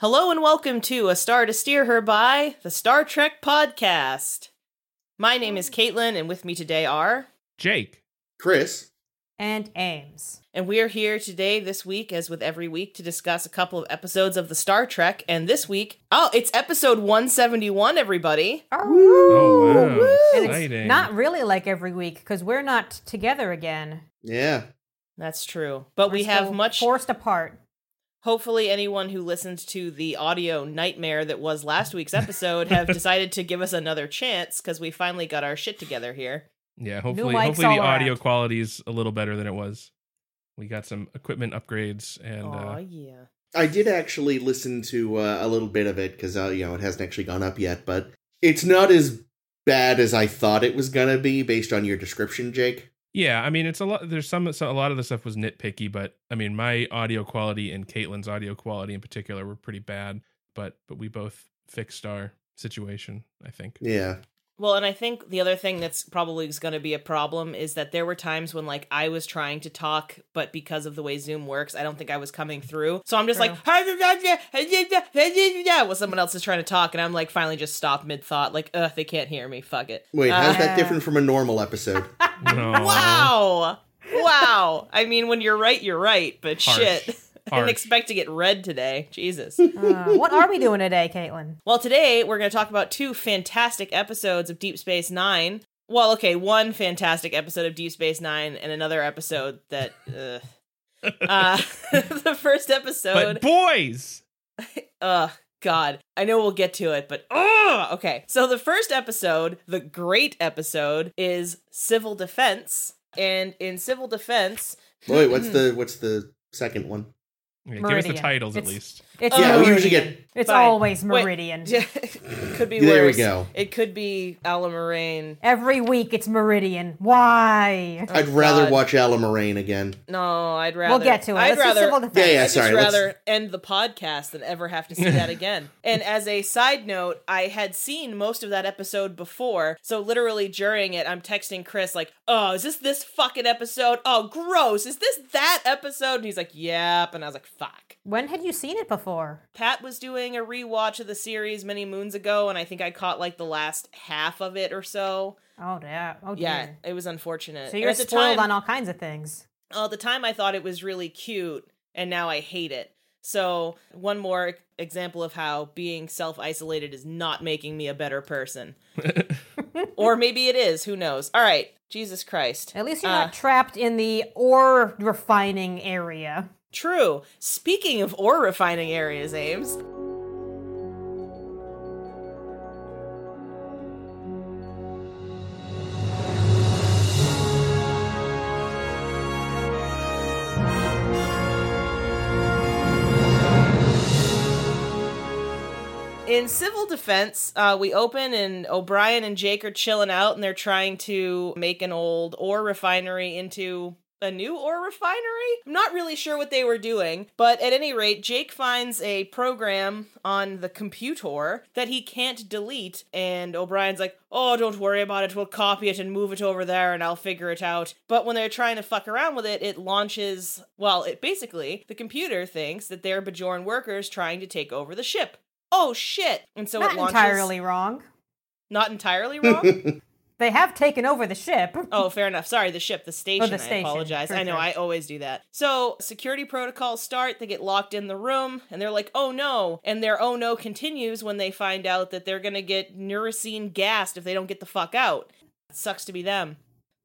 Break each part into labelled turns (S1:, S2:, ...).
S1: Hello and welcome to A Star to Steer Her By, the Star Trek podcast. My name is Caitlin, and with me today are,
S2: Jake.
S3: Chris,
S4: and Ames.
S1: and we are here today, this week, as with every week, to discuss a couple of episodes of the Star Trek. And this week, oh, it's episode 171, everybody.
S2: Oh wow!
S4: And
S2: Exciting.
S4: it's not really like every week because we're not together again.
S3: yeah,
S1: That's true. But
S4: We're
S1: we have
S4: still
S1: much,
S4: forced apart.
S1: hopefully, anyone who listened to the audio nightmare that was last week's episode have decided to give us another chance because we finally got our shit together here.
S2: yeah, hopefully,
S4: mics
S2: hopefully
S4: all
S2: the audio
S4: around.
S2: quality is a little better than it was. We got some equipment upgrades, and
S1: Aw,
S2: uh,
S1: yeah.
S3: I did actually listen to uh, a little bit of it because uh, you know it hasn't actually gone up yet, but it's not as bad as I thought it was gonna be based on your description, Jake.
S2: yeah, I mean, it's a lot. There's some, so a lot of the stuff was nitpicky, but I mean, my audio quality and Caitlin's audio quality in particular were pretty bad. But but we both fixed our situation, I think.
S3: Yeah,
S1: Well, and I think the other thing that's probably is going to be a problem is that there were times when like I was trying to talk, but because of the way Zoom works, I don't think I was coming through. So I'm just like, well, someone else is trying to talk, and I'm like, finally just stop mid thought, like, ugh, they can't hear me, fuck it.
S3: wait, how's
S4: Uh,
S3: that different from a normal episode?
S2: No.
S1: Wow, wow. I mean, when you're right, you're right, but
S2: Harsh.
S1: shit, I didn't
S2: Harsh.
S1: expect to get red today. Jesus.
S4: Uh, what are we doing today, Caitlin?
S1: Well, today we're going to talk about two fantastic episodes of Deep Space Nine. Well, okay, one fantastic episode of Deep Space Nine and another episode that. Uh, uh, the first episode.
S2: But boys,
S1: Ugh, God. I know we'll get to it, but. Ugh! Okay, so the first episode, the great episode, is Civil Defense. And in Civil Defense.
S3: Wait, what's the what's the second one?
S2: Okay, give us the
S4: Meridian.
S2: titles at
S4: It's-
S2: least.
S4: It's
S1: Yeah,
S4: Meridian.
S1: we
S3: usually get-
S4: It's
S1: Fine.
S4: always
S1: Wait.
S4: Meridian.
S1: could be
S3: There we
S1: worse.
S3: go.
S1: It could be Alamoraine.
S4: Every week it's Meridian. Why?
S3: I'd rather
S1: God.
S3: watch Alla Moraine again.
S1: No, I'd rather.
S4: We'll get to it.
S1: I'd
S4: Let's do
S1: rather.
S4: civil defense.
S3: Yeah, yeah.
S1: I'd
S3: sorry,
S1: just
S3: let's-
S1: rather end the podcast than ever have to see that again. And as a side note, I had seen most of that episode before, so literally during it, I'm texting Chris like, "Oh, is this this fucking episode? Oh, gross! Is this that episode?" And he's like, "Yep," and I was like, "Fuck."
S4: When had you seen it before?
S1: Pat was doing a rewatch of the series many moons ago, and I think I caught like the last half of it or so.
S4: Oh, yeah. Oh,
S1: Yeah,
S4: dear.
S1: it was unfortunate.
S4: So
S1: And
S4: you're
S1: at the
S4: spoiled
S1: time-
S4: on all kinds of things.
S1: Oh, at the time I thought it was really cute, and now I hate it. So, one more e-, example of how being self isolated is not making me a better person. or maybe it is, who knows? All right, Jesus Christ.
S4: At least you're
S1: Uh,
S4: not trapped in the ore refining area.
S1: True. Speaking of ore refining areas, Ames, In civil defense, uh, we open and O'Brien and Jake are chilling out and they're trying to make an old ore refinery into a new ore refinery? I'm not really sure what they were doing, but at any rate, Jake finds a program on the computer that he can't delete, and O'Brien's like, oh, don't worry about it, we'll copy it and move it over there and I'll figure it out. But when they're trying to fuck around with it, it launches, well, it basically, the computer thinks that they're Bajoran workers trying to take over the ship oh shit and so
S4: not
S1: it launches
S4: entirely wrong.
S1: not entirely wrong
S4: They have taken over the ship.
S1: oh fair enough sorry the ship the station,
S4: Oh, the station.
S1: i apologize
S4: Sure,
S1: i know
S4: sure.
S1: i always do that so security protocols start they get locked in the room and they're like oh no and their oh no continues when they find out that they're gonna get neurocene gassed if they don't get the fuck out sucks to be them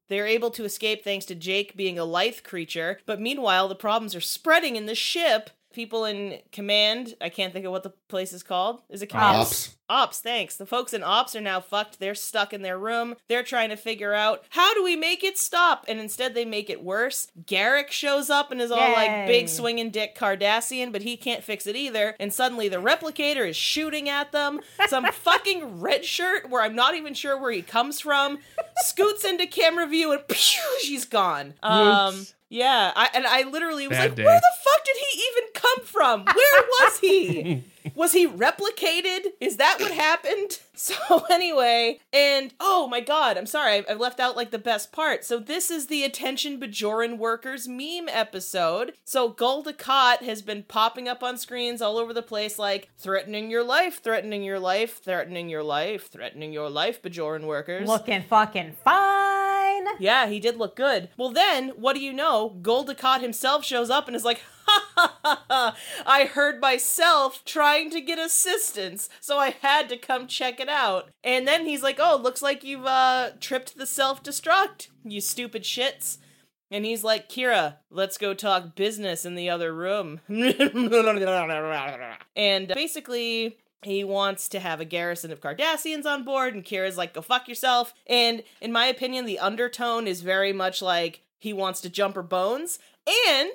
S1: they're able to escape thanks to Jake being a lithe creature, but meanwhile, the problems are spreading in the ship. People in command, I can't think of what the place is called. Is it command?
S3: Ops.
S1: Ops, thanks. The folks in Ops are now fucked. They're stuck in their room. They're trying to figure out how do we make it stop? And instead, they make it worse. Garrick shows up and is all like
S4: Yay.
S1: big swinging dick Cardassian, but he can't fix it either. And suddenly, the replicator is shooting at them. Some fucking red shirt where I'm not even sure where he comes from scoots into camera view and pew, she's gone. Um,
S2: Whoops.
S1: yeah, I, and I literally was
S2: Bad
S1: like,
S2: day.
S1: where the fuck did he even come come from? Where was he? Was he replicated? Is that what happened? So, anyway, and oh my god, I'm sorry, I- I've left out like the best part. So, this is the Attention Bajoran Workers meme episode. So, Gul Dukat has been popping up on screens all over the place, like threatening your life, threatening your life, threatening your life, threatening your life, Bajoran Workers.
S4: Looking fucking fine.
S1: Yeah, he did look good. Well, then, what do you know? Goldacott himself shows up and is like, ha ha ha ha, I heard myself trying to get assistance, so I had to come check it out. And then he's like, oh, looks like you've uh, tripped the self destruct, you stupid shits. And he's like, Kira, let's go talk business in the other room. and basically, he wants to have a garrison of Cardassians on board, and Kira's like, go fuck yourself. And in my opinion, the undertone is very much like he wants to jump her bones. And,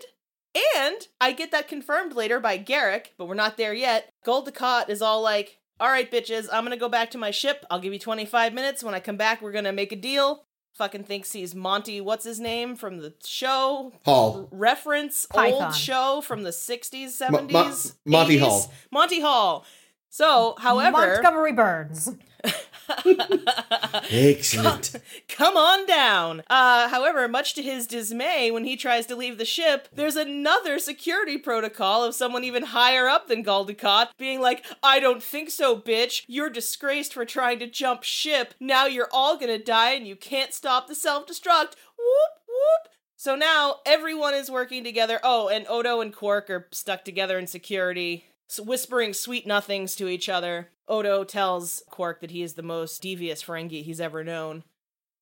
S1: and I get that confirmed later by Garrick, but we're not there yet. Goldacott is all like, all right, bitches, I'm gonna go back to my ship. I'll give you 25 minutes. When I come back, we're gonna make a deal. Fucking thinks he's Monty, what's his name from the show?
S3: Hall.
S1: reference
S4: Python.
S1: old show from the 60s,
S3: Mo-
S1: 70s,
S3: Mo- Monty
S1: 80s.
S3: Hall.
S1: Monty Hall. So, however,
S4: Montgomery Burns.
S3: Excellent.
S1: come on down. Uh, however, much to his dismay, when he tries to leave the ship, there's another security protocol of someone even higher up than Galdicott being like, I don't think so, bitch. You're disgraced for trying to jump ship. Now you're all gonna die and you can't stop the self destruct. Whoop, whoop. So now everyone is working together. Oh, and Odo and Quark are stuck together in security, s- whispering sweet nothings to each other. Odo tells Quark that he is the most devious Ferengi he's ever known.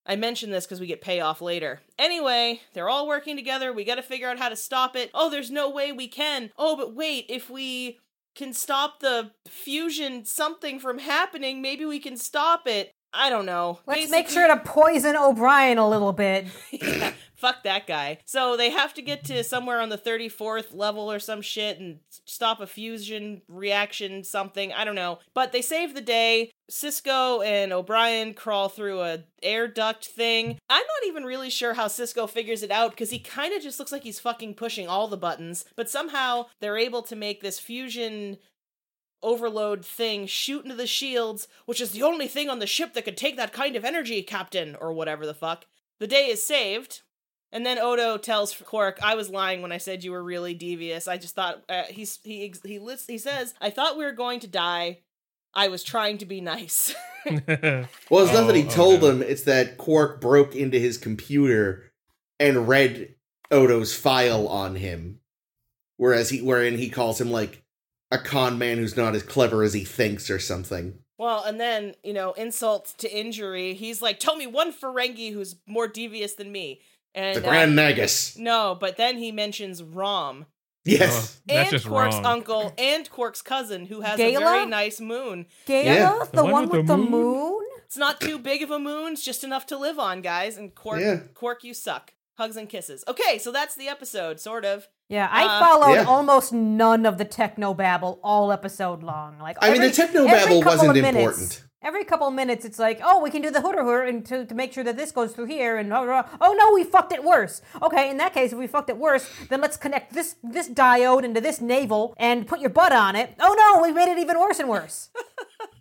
S1: I mention this because we get payoff later. Anyway, they're all working together. We gotta figure out how to stop it. Oh, there's no way we can. Oh, but wait, if we can stop the fusion something from happening, maybe we can stop it. I don't know.
S4: Let's make
S1: Basically-
S4: sure to poison O'Brien a little bit.
S1: yeah, fuck that guy. So they have to get to somewhere on the 34th level or some shit and stop a fusion reaction something. I don't know. But they save the day. Cisco and O'Brien crawl through a air duct thing. I'm not even really sure how Cisco figures it out because he kind of just looks like he's fucking pushing all the buttons, but somehow they're able to make this fusion overload thing shoot into the shields, which is the only thing on the ship that could take that kind of energy, Captain, or whatever the fuck. The day is saved. And then Odo tells Quark, "I was lying when I said you were really devious. I just thought uh, he's he ex- he lists, he says I thought we were going to die. I was trying to be nice."
S3: Well, it's not that he
S2: Oh,
S3: told
S2: okay.
S3: him, it's that Quark broke into his computer and read Odo's file on him. Whereas he wherein he calls him like a con man who's not as clever as he thinks or something.
S1: well, and then you know insult to injury. He's like, "Tell me one Ferengi who's more devious than me." And
S3: The
S1: uh,
S3: Grand
S2: Uh-huh.
S3: Nagus.
S1: no, but then he mentions Rom
S3: Yes.
S2: Oh,
S1: and
S2: that's just
S1: Quark's
S2: wrong.
S1: uncle and Quark's cousin who has a
S4: Gala?
S1: very nice moon.
S4: Gala,
S3: Yeah.
S4: the, one, with, the moon.
S1: It's not too big of a moon, it's just enough to live on, guys. And Quark,
S3: Yeah.
S1: Quark, you suck. Hugs and kisses. Okay, so that's the episode, sort of.
S4: Yeah, I
S1: Uh,
S4: followed
S3: Yeah.
S4: almost none of the techno babble all episode long. Like
S3: I mean, the
S4: every-
S3: techno
S4: every
S3: babble
S4: couple
S3: wasn't
S4: of minutes-
S3: important.
S4: Every couple of minutes, it's like, oh, we can do the hooter hooter and to, to make sure that this goes through here, and blah, blah, blah. oh no, we fucked it worse. Okay, in that case, if we fucked it worse, then let's connect this this diode into this navel and put your butt on it. Oh no, we made it even worse and worse.
S3: I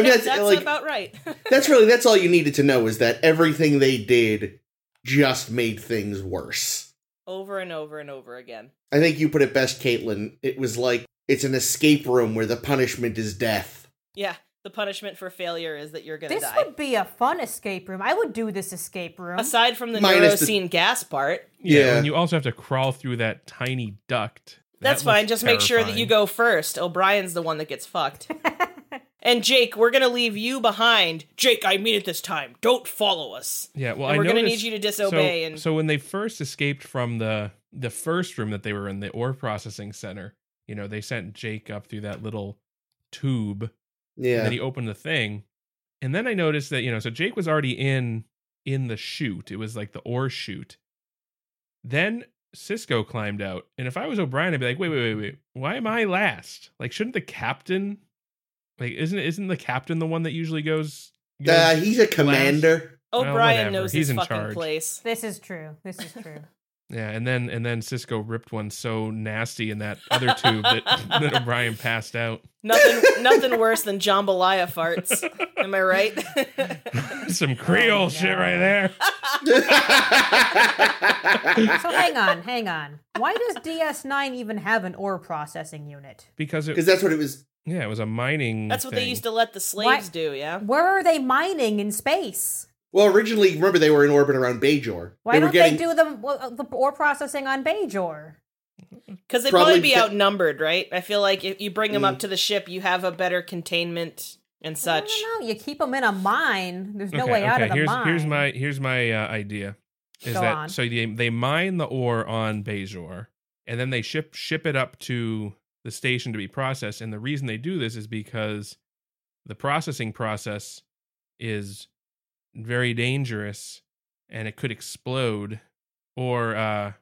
S3: mean,
S1: Yeah,
S3: that's,
S1: that's
S3: like
S1: about right.
S3: that's really that's all you needed to know is that everything they did just made things worse.
S1: over and over and over again.
S3: I think you put it best, Caitlin. It was like it's an escape room where the punishment is death.
S1: Yeah, the punishment for failure is that you're gonna
S4: this
S1: die.
S4: would be a fun escape room. I would do this escape room.
S1: Aside from the
S3: Minus the-
S1: neuroscene gas part,
S2: yeah,
S3: Yeah.
S2: and you also have to crawl through that tiny duct. That
S1: that's fine.
S2: looks
S1: Just make sure that you
S2: terrifying.
S1: go first. O'Brien's the one that gets fucked. and Jake, we're gonna leave you behind. Jake, I mean it this time. Don't follow us.
S2: Yeah, well,
S1: And
S2: I
S1: we're gonna need
S2: noticed-
S1: you to disobey
S2: So,
S1: and-
S2: so when they first escaped from the the first room that they were in, the ore processing center, you know, they sent Jake up through that little tube, and
S3: Yeah.
S2: then he opened the thing, and then I noticed that you know, so Jake was already in in the chute. It was like the ore chute. Then Cisco climbed out, and if I was O'Brien, I'd be like, wait, wait, wait, wait, why am I last? Like, shouldn't the captain? Like, isn't isn't the captain the one that usually goes?
S3: Uh,
S2: goes
S3: he's a commander.
S2: Well,
S1: O'Brien
S2: whatever.
S1: Oh, knows
S2: He's
S1: his
S2: in
S1: fucking
S2: charge.
S1: place.
S4: this is true. This is true.
S2: Yeah, and then and then Cisco ripped one so nasty in that other tube that, that O'Brien passed out.
S1: Nothing, nothing worse than jambalaya farts. Am I right? Oh,
S2: Some Creole shit right there.
S4: So hang on, hang on. Why does DS9 even have an ore processing unit?
S2: Because it
S3: Because that's what it was.
S2: yeah, it was a mining.
S1: That's what they
S2: thing.
S1: used to let the slaves
S4: Why-
S1: do. Yeah.
S4: Where are they mining in space?
S3: Well, originally, remember they were in orbit around Bajor.
S4: Why
S3: they were
S4: don't
S3: getting,
S4: they do the, well, the ore processing on Bajor?
S1: Because they'd
S3: Probably
S1: probably be
S3: the-
S1: outnumbered, right? I feel like if you bring them
S2: Mm.
S1: up to the ship, you have a better containment and
S4: I
S1: such.
S4: don't know. You keep them in a mine. There's no
S2: okay,
S4: way out
S2: okay,
S4: of the
S2: here's,
S4: mine.
S2: Here's my here's my uh, idea. Is
S4: Go
S2: that
S4: on.
S2: so they, they mine the ore on Bajor and then they ship ship it up to the station to be processed. And the reason they do this is because the processing process is very dangerous and it could explode or uh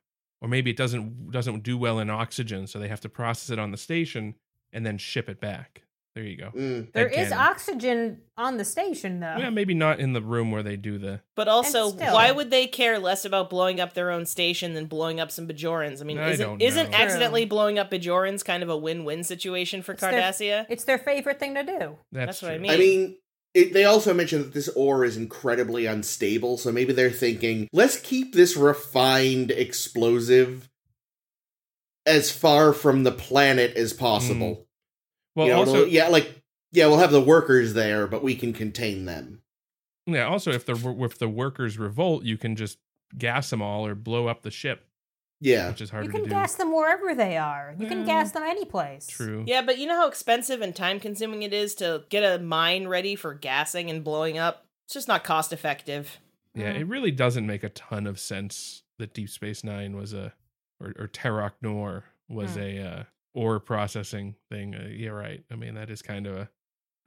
S2: or maybe it doesn't doesn't do well in oxygen, so they have to process it on the station and then ship it back. There you go.
S3: Mm.
S4: There
S2: Head
S4: is
S2: cannon.
S4: oxygen on the station, though.
S2: Yeah, maybe not in the room where they do the
S1: But also,
S4: still-
S1: why would they care less about blowing up their own station than blowing up some Bajorans? I mean,
S2: I
S1: isn't
S2: don't know.
S1: isn't
S2: True.
S1: accidentally blowing up Bajorans kind of a win-win situation for
S4: their-
S1: Cardassia?
S4: It's their favorite thing to do.
S2: that's,
S1: That's what I
S2: true.
S1: mean.
S3: I mean, it, they also mentioned that this ore is incredibly unstable, so maybe they're thinking, let's keep this refined explosive as far from the planet as possible.
S2: Mm, Well,
S3: You know,
S2: also,
S3: it'll- yeah, like yeah, we'll have the workers there, but we can contain them.
S2: Yeah. Also, if the wo- if the workers revolt, you can just gas them all or blow up the ship,
S3: Yeah,
S2: which is harder
S4: you can
S2: to
S4: gas them wherever they are. You can
S1: Mm.
S2: Yeah.
S4: gas them any place.
S2: do. True.
S1: Yeah, but you know how expensive and time-consuming it is to get a mine ready for gassing and blowing up. It's just not cost-effective.
S2: Yeah,
S4: Mhm.
S2: It really doesn't make a ton of sense that Deep Space Nine was a or or Terok Nor
S4: Hmm.
S2: was a uh, ore processing thing. Uh, yeah. Right. I mean, that is kind of a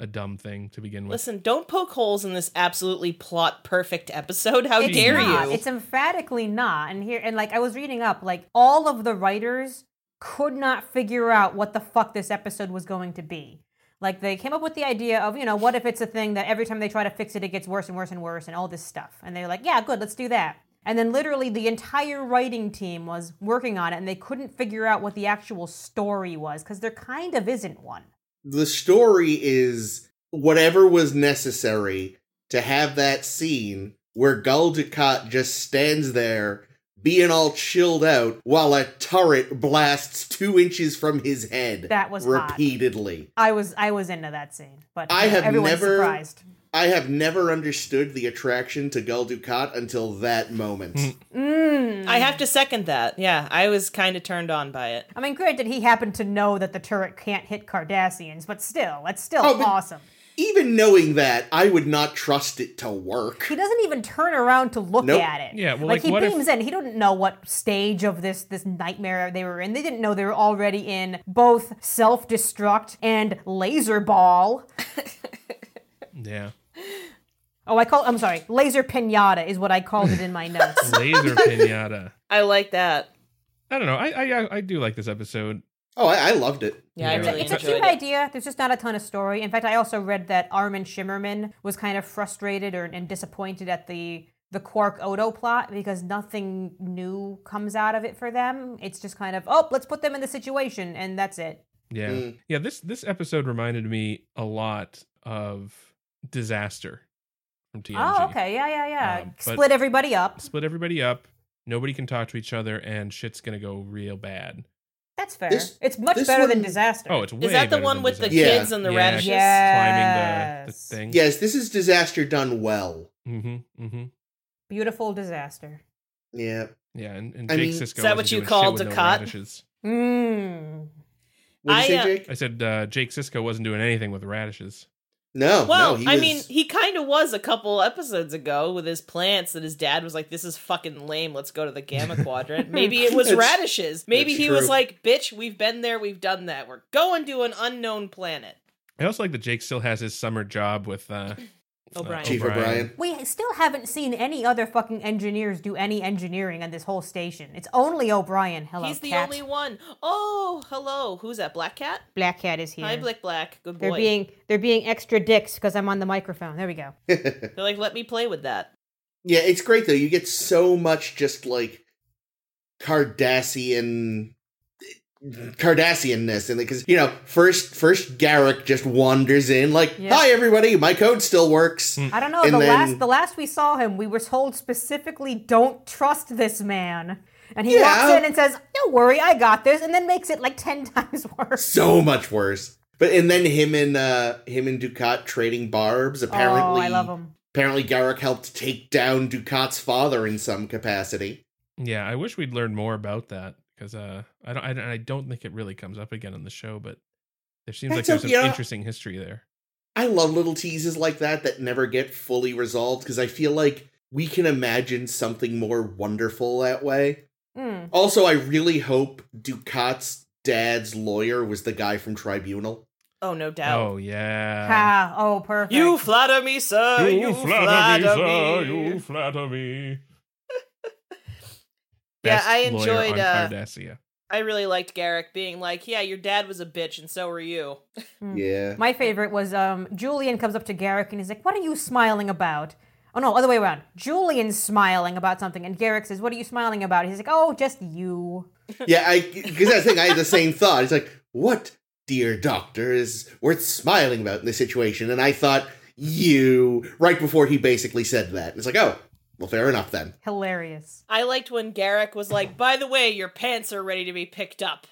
S2: a dumb thing to begin with.
S1: Listen, don't poke holes in this absolutely plot-perfect episode. How
S4: it's
S1: dare
S4: not.
S1: you?
S4: It's emphatically not. And here, and like I was reading up, like all of the writers could not figure out what the fuck this episode was going to be. Like they came up with the idea of, you know, what if it's a thing that every time they try to fix it, it gets worse and worse and worse and all this stuff. And they're like, yeah, good, let's do that. And then literally the entire writing team was working on it and they couldn't figure out what the actual story was because there kind of isn't one.
S3: the story is whatever was necessary to have that scene where Gul Dukat just stands there being all chilled out while a turret blasts two inches from his head.
S4: That was hot.
S3: repeatedly.
S4: I was I was into that scene, but
S3: I have
S4: everyone's
S3: never-
S4: surprised.
S3: I have never understood the attraction to Gul Dukat until that moment.
S2: Hmm.
S4: Mm.
S1: I have to second that. Yeah, I was kind of turned on by it.
S4: I mean, granted, he happened to know that the turret can't hit Cardassians, but still, that's still
S3: Oh, but-
S4: awesome.
S3: Even knowing that, I would not trust it to work.
S4: He doesn't even turn around to look
S3: Nope.
S4: at it.
S2: Yeah, well, like,
S4: he
S2: what if-
S4: beams in. He didn't know what stage of this this nightmare they were in. They didn't know they were already in both self destruct and laser ball.
S2: Yeah.
S4: Oh, I call. I'm sorry, laser pinata is what I called it in my notes.
S2: Laser pinata.
S1: I like that.
S2: I don't know. I I I- I do like this episode.
S3: Oh, I, I loved it.
S1: Yeah, I
S2: Yeah.
S1: really
S4: it's a
S1: enjoyed
S4: cute
S1: it.
S4: idea. There's just not a ton of story. In fact, I also read that Armin Shimmerman was kind of frustrated or, and disappointed at the the Quark Odo plot because nothing new comes out of it for them. It's just kind of oh, let's put them in the situation and that's it.
S2: Yeah.
S3: Mm.
S2: Yeah, this this episode reminded me a lot of Disaster from TNG.
S4: Oh, okay, yeah, yeah, yeah.
S2: Um, but-
S4: Split everybody up.
S2: Split everybody up. Nobody can talk to each other, and shit's gonna go real bad.
S4: That's fair.
S3: This-
S4: it's much
S3: this
S4: better than
S3: one-
S4: disaster.
S2: Oh, it's way
S1: Is that the
S2: better
S1: one
S2: than
S1: with the
S2: Disaster.
S3: Yeah.
S1: kids and the
S2: Yeah.
S1: radishes?
S2: climbing the, the
S4: Yes.
S2: thing?
S3: Yes, this is disaster done well.
S2: Mm-hmm. Mm-hmm.
S4: Beautiful disaster.
S3: Yeah.
S2: Yeah, and, and
S3: I
S2: Jake
S3: mean-
S2: Sisko.
S3: Is
S1: that what
S2: wasn't
S1: you
S2: doing shit
S1: called
S2: with no
S1: Dukat?
S2: radishes.
S4: Mmm.
S3: What did you
S1: I, uh,
S3: say, Jake?
S2: I said uh, Jake Sisko wasn't doing anything with radishes.
S3: No.
S1: Well,
S3: no, he
S1: I
S3: was-
S1: mean, he kind of was a couple episodes ago with his plants that his dad was like, "This is fucking lame. Let's go to the Gamma Quadrant." Maybe it was
S3: It's-
S1: radishes. Maybe
S3: it's
S1: he
S3: true.
S1: was like, "Bitch, we've been there. We've done that. We're going to an unknown planet."
S2: I also like that Jake still has his summer job with uh,
S1: O'Brien.
S3: Chief
S2: O'Brien.
S3: O'Brien.
S4: We still haven't seen any other fucking engineers do any engineering on this whole station. It's only O'Brien. Hello,
S1: He's the
S4: cat.
S1: only one. Oh, hello. Who's that? Black Cat.
S4: Black Cat is here.
S1: Hi, Black Black. Good
S4: They're
S1: boy.
S4: being they're being extra dicks because I'm on the microphone. There we go.
S1: They're like, "Let me play with that."
S3: Yeah, it's great though. You get so much just like Cardassian Cardassianness, and because you know, first first Garrick just wanders in like,
S4: Yeah.
S3: "Hi everybody, my code still works."
S2: Mm.
S4: I don't know.
S3: And
S4: The
S3: then-
S4: last the last we saw him, we were told specifically, "Don't trust this man." And he walks
S3: Yeah.
S4: in and says, "Don't worry, I got this," and then makes it like ten times worse.
S3: So much worse. But and then him and uh him and Ducat trading barbs. Apparently,
S4: oh, I love him.
S3: apparently Garrick helped take down Ducat's father in some capacity.
S2: Yeah, I wish we'd learned more about that because uh, I don't, I don't, I don't think it really comes up again on the show. But there seems like
S3: That's
S2: there's
S3: o-
S2: some
S3: yeah.
S2: interesting history there.
S3: I love little teases like that that never get fully resolved because I feel like we can imagine something more wonderful that way.
S4: Mm.
S3: Also, I really hope Ducat's dad's lawyer was the guy from Tribunal.
S1: Oh, no doubt.
S2: Oh yeah.
S4: Ha! Oh, perfect.
S1: Uh, You flatter me, sir. You, flatter, me.
S2: flatter me.
S1: Yeah,
S2: Best
S1: I
S2: lawyer
S1: enjoyed,
S2: on
S1: uh,
S2: Cardassia.
S1: I really liked Garrick being like, "Yeah, your dad was a bitch, and so were you."
S4: Mm.
S3: Yeah.
S4: My favorite was um, Julian comes up to Garrick and he's like, "What are you smiling about?" Oh no, other way around. Julian's smiling about something, and Garrick says, "What are you smiling about?" He's like, "Oh, just you."
S3: yeah, I because that's the thing. I had the same thought. It's like, what, dear doctor, is worth smiling about in this situation? And I thought you right before he basically said that. It's like, oh, well, fair enough then.
S4: Hilarious.
S1: I liked when Garrick was like, "By the way, your pants are ready to be picked up."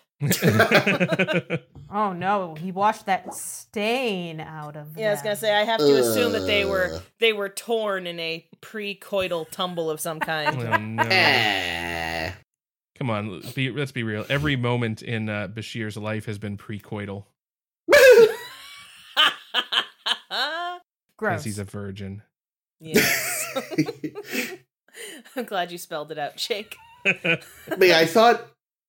S4: Oh no, he washed that stain out of.
S1: Yeah, I was
S4: them.
S1: gonna say I have to assume that they were they were torn in a pre-coital tumble of some kind.
S2: Oh, no.
S3: Ah.
S2: Come on, l- be, let's be real. Every moment in uh, Bashir's life has been precoital
S4: Gross.
S2: because he's a virgin.
S1: yes. I'm glad you spelled it out, Jake.
S3: But yeah, I thought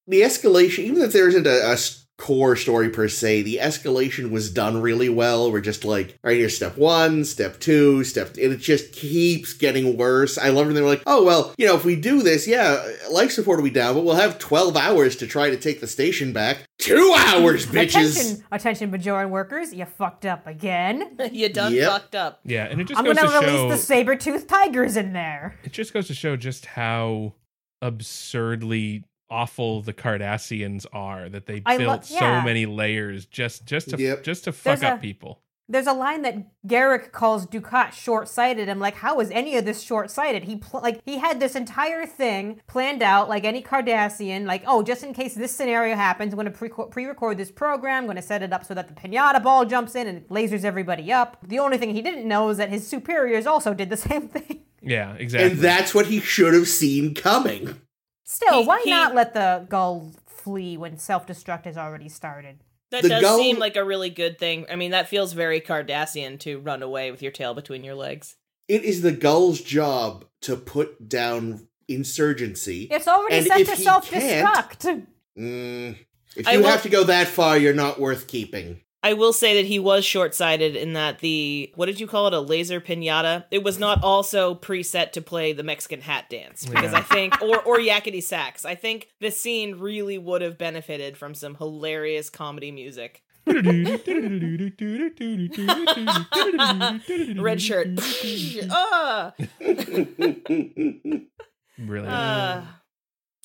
S3: the escalation, even if there isn't a, a s- core story per se, the escalation was done really well. We're just like, all right, here's step one, step two, step, and it just keeps getting worse. I love when they're like, oh well, you know, if we do this, yeah, life support will be down, but we'll have twelve hours to try to take the station back. Two hours, bitches.
S4: Attention, attention, Bajoran workers! You fucked up again.
S1: you done
S3: Yep.
S1: fucked up.
S2: Yeah, and it just
S4: I'm
S2: goes
S4: gonna
S2: to
S4: release
S2: show
S4: the saber-toothed tigers in there.
S2: it just goes to show just how absurdly awful the Cardassians are that they
S4: I lo-
S2: built
S4: yeah.
S2: so many layers just just to
S3: Yep.
S2: just to fuck
S4: There's
S2: up
S4: a-
S2: people.
S4: There's a line that Garrick calls Ducat short-sighted. I'm like, how is any of this short-sighted? He pl- like he had this entire thing planned out, like any Cardassian, like oh, just in case this scenario happens, I'm gonna pre- pre-record this program, I'm gonna set it up so that the pinata ball jumps in and lasers everybody up. The only thing he didn't know is that his superiors also did the same thing.
S2: Yeah, exactly.
S3: And that's what he should have seen coming.
S4: Still,
S1: He-
S4: why
S1: he-
S4: not let the gull flee when self-destruct has already started?
S1: That
S3: The
S1: does
S3: gull-
S1: seem like a really good thing. I mean, that feels very Cardassian to run away with your tail between your legs.
S3: It is the gull's job to put down insurgency.
S4: It's already
S3: And
S4: set
S3: if
S4: to
S3: he
S4: self-destruct.
S3: Mm, if
S1: I
S3: you
S1: will-
S3: have to go that far, you're not worth keeping.
S1: I will say that he was short sighted in that the what did you call it a laser pinata? It was not also preset to play the Mexican hat dance because
S2: Yeah.
S1: I think or or yakety sax. I think this scene really would have benefited from some hilarious comedy music. Red
S2: Red
S1: shirt. ah,
S2: Brilliant.
S4: Uh.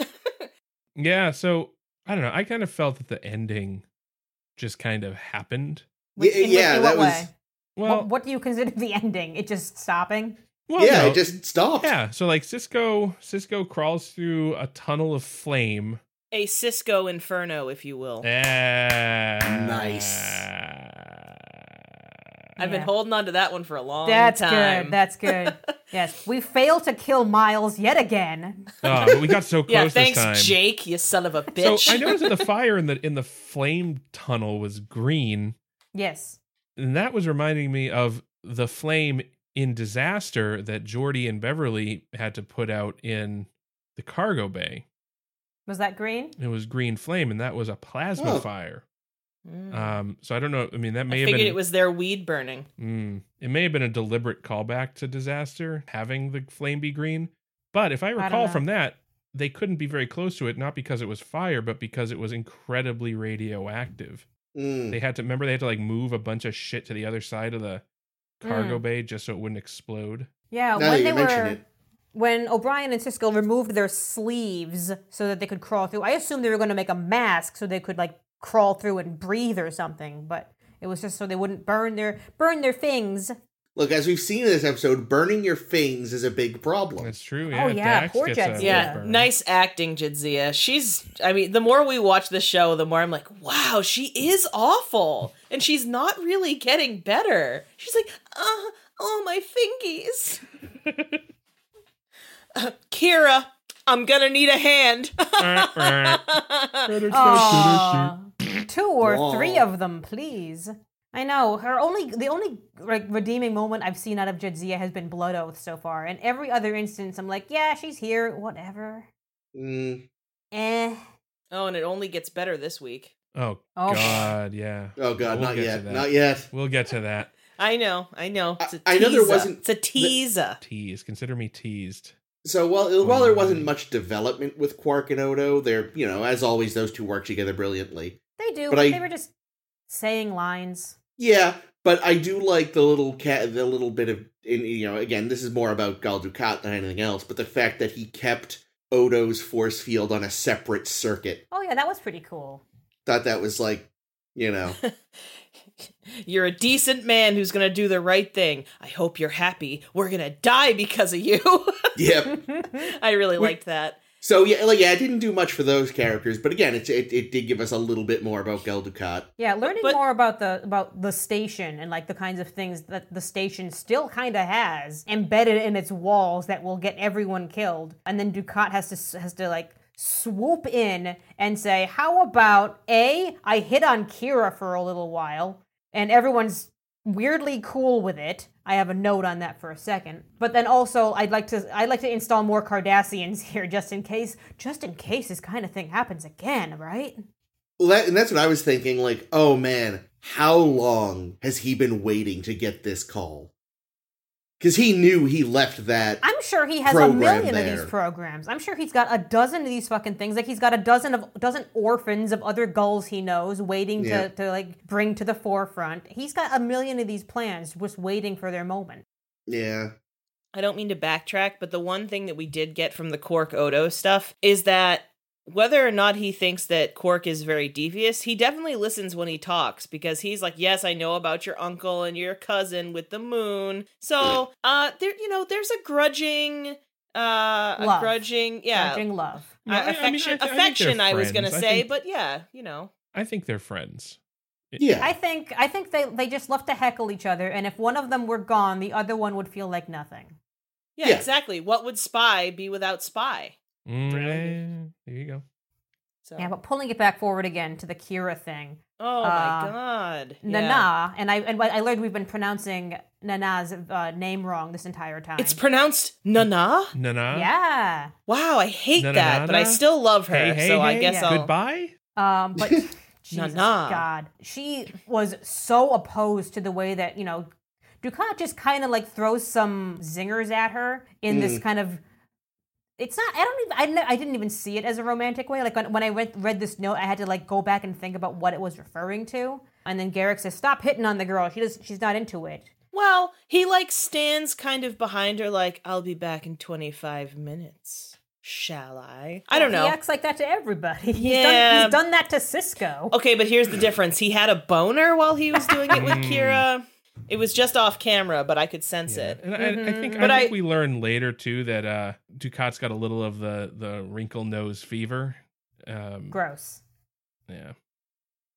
S1: ah.
S2: yeah, so I don't know. I kind of felt that the ending just kind of happened.
S4: Which-
S3: Yeah,
S4: in what-
S3: yeah,
S4: in what
S3: that was-
S4: way?
S2: Well,
S4: what, what do you consider the ending? It just stopping?
S2: well
S3: yeah,
S2: no.
S3: it just stopped.
S2: yeah. So like Cisco, Cisco crawls through a tunnel of flame
S1: a Cisco inferno, if you will.
S2: Yeah.
S3: Nice.
S1: I've been
S4: Yeah.
S1: holding on to that one for a long
S4: That's
S1: time.
S4: good. That's good. yes, we fail to kill Miles yet again.
S2: Oh, but we got so close
S1: yeah,
S2: this
S1: thanks,
S2: time.
S1: Jake. You son of a
S2: So
S1: bitch.
S2: I noticed that the fire in the in the flame tunnel was green,
S4: Yes.
S2: and that was reminding me of the flame in disaster that Jordy and Beverly had to put out in the cargo bay.
S4: Was that green?
S2: It was green flame, and that was a plasma
S3: Oh.
S2: fire.
S1: Mm.
S2: Um, so I don't know. I mean, that
S1: I
S2: may have
S1: figured
S2: been
S1: it was their weed burning.
S2: Mm. It may have been a deliberate callback to disaster, having the flame be green. But if I
S4: don't
S2: recall
S4: know.
S2: from that, they couldn't be very close to it, not because it was fire, but because it was incredibly radioactive.
S3: Mm.
S4: Hmm.
S2: They had to remember they had to like move a bunch of shit
S4: Hmm.
S2: to the other side of the cargo bay just so it wouldn't explode.
S4: Yeah.
S3: Now that
S4: when
S3: you
S4: they
S3: mention
S4: were
S3: it.
S4: when O'Brien and Cisco removed their sleeves so that they could crawl through, I assumed they were going to make a mask so they could like crawl through and breathe or something, but it was just so they wouldn't burn their burn their things.
S3: Look, as we've seen in this episode, burning your things is a big problem.
S2: That's true. Yeah,
S4: Oh, yeah,
S2: Dax
S4: poor
S2: gets a
S4: Jadzia.
S1: Yeah,
S2: burn.
S1: nice acting, Jadzia. She's, I mean, the more we watch the show, the more I'm like, wow, she is awful. And she's not really getting better. She's like, uh, oh, my fingies. Uh, Kira, I'm gonna need a hand.
S2: Oh.
S4: Aw. Two or
S3: Wow.
S4: three of them, please. I know her only the only like redeeming moment I've seen out of Jadzia has been Blood Oath so far, and every other instance I'm like, yeah, she's here, whatever.
S3: Mm.
S4: Eh.
S1: oh, and it only gets better this week.
S2: Oh,
S4: Oh.
S2: God, yeah.
S3: Oh god,
S2: We'll
S3: not
S2: get to
S3: yet,
S2: that.
S3: not yet.
S2: We'll get to that.
S1: I know, I know. It's a
S3: I- I know there
S1: teaser.
S3: wasn't-
S1: It's a teaser.
S2: Tease. Consider me teased.
S3: So while while there
S2: Mm.
S3: wasn't much development with Quark and Odo, they're you know as always those two work together brilliantly.
S4: They do.
S3: But
S4: But
S3: I-
S4: they were just saying lines.
S3: Yeah, but I do like the little cat, the little bit of in, you know. Again, this is more about Gal Dukat than anything else, but the fact that he kept Odo's force field on a separate circuit
S4: Oh yeah, that was pretty cool.
S3: thought that was like you know
S1: You're a decent man who's gonna do the right thing. I hope you're happy. We're gonna die because of you.
S3: yep
S1: I really
S3: We-
S1: liked that.
S3: So yeah, like yeah, it didn't do much for those characters, but again, it it, it did give us a little bit more about Gel Dukat.
S4: Yeah, learning
S1: But-
S4: more about the about the station and like the kinds of things that the station still kind of has embedded in its walls that will get everyone killed, and then Ducat has to s- has to like swoop in and say, "How about a? I hit on Kira for a little while, and everyone's weirdly cool with it." I have a note on that for a second, but then also I'd like to I'd like to install more Cardassians here just in case just in case this kind of thing happens again, right?
S3: Well, that, and that's what I was thinking. Like, oh man, how long has he been waiting to get this call? Because he knew he left that.
S4: I'm sure he has a
S3: program
S4: million of
S3: there.
S4: these programs. I'm sure he's got a dozen of these fucking things. Like he's got a dozen of dozen orphans of other gulls he knows waiting
S3: Yeah.
S4: to, to like bring to the forefront. He's got a million of these plans just waiting for their moment.
S3: Yeah,
S1: I don't mean to backtrack, but the one thing that we did get from the Quark Odo stuff is that whether or not he thinks that Quark is very devious, he definitely listens when he talks because he's like, "Yes, I know about your uncle and your cousin with the moon." So, uh, there, you know, there's a grudging, uh, a
S4: Love.
S1: grudging, yeah,
S4: Judging love.
S1: uh,
S2: No, I- I mean, I
S1: affection,
S2: th- I think
S1: affection.
S2: they're
S1: I was gonna
S2: friends. I
S1: say,
S2: think-
S1: but yeah, you know,
S2: I think they're friends.
S3: yeah.
S4: I think I think they, they just love to heckle each other, and if one of them were gone, the other one would feel like nothing.
S1: yeah,
S3: Yeah.
S1: exactly. What would spy be without spy?
S2: Mm,
S1: Really?
S2: eh, there you go.
S1: So,
S4: Yeah, but pulling it back forward again to the Kira thing.
S1: oh
S4: uh,
S1: my god, Yeah.
S4: Nana, and I and I learned we've been pronouncing Nana's uh, name wrong this entire time.
S1: It's pronounced Nana.
S2: Nana.
S4: yeah.
S1: Wow, I hate
S2: Na- na-
S1: that,
S2: na-
S1: but I
S2: na.
S1: still love her.
S2: Hey, hey,
S1: so I
S2: hey,
S1: guess
S4: yeah.
S1: I'll.
S2: Goodbye.
S4: Um, but Jesus
S1: nah.
S4: God, she was so opposed to the way that you know Ducat just kind of like throws some zingers at her in this
S1: Mm.
S4: kind of. It's not. I don't even. I, ne- I didn't even see it as a romantic way. Like when, when I read, read this note, I had to like go back and think about what it was referring to. And then Garrick says, "Stop hitting on the girl. She does. She's not into it."
S1: Well, he like stands kind of behind her, like I'll be back in twenty five minutes. Shall I? I don't
S4: He
S1: know.
S4: acts like that to everybody. He's, done,
S1: Yeah. Oh,
S4: he's done that to Cisco.
S1: Okay, but here's the difference. He had a boner while he was doing it with
S2: Mm.
S1: Kira. It was just off camera, but I could sense
S2: Yeah.
S1: it.
S2: And I, I think,
S1: But
S2: I think
S1: I-
S2: we learn later too that uh, Ducat's got a little of the the wrinkle nose fever. Um,
S4: Gross.
S2: yeah.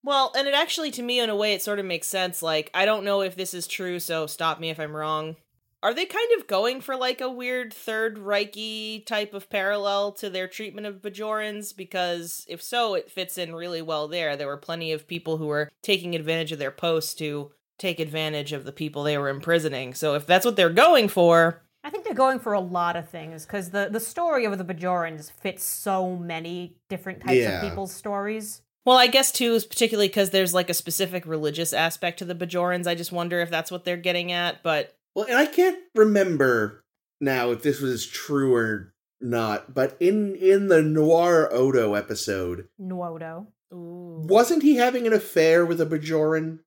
S1: Well, and it actually, to me, in a way, it sort of makes sense. Like, I don't know if this is true, so stop me if I'm wrong. Are they kind of going for like a weird Third Reichy type of parallel to their treatment of Bajorans? Because if so, it fits in really well there. There were plenty of people who were taking advantage of their posts to take advantage of the people they were imprisoning. So if that's what they're going for,
S4: I think they're going for a lot of things because the, the story of the Bajorans fits so many different types
S3: Yeah.
S4: of people's stories.
S1: Well, I guess too, is particularly because there's like a specific religious aspect to the Bajorans. I just wonder if that's what they're getting at. But
S3: Well, and I can't remember now if this was true or not, but in in the Noir Odo episode,
S4: Nuodo.
S3: wasn't he having an affair with a Bajoran?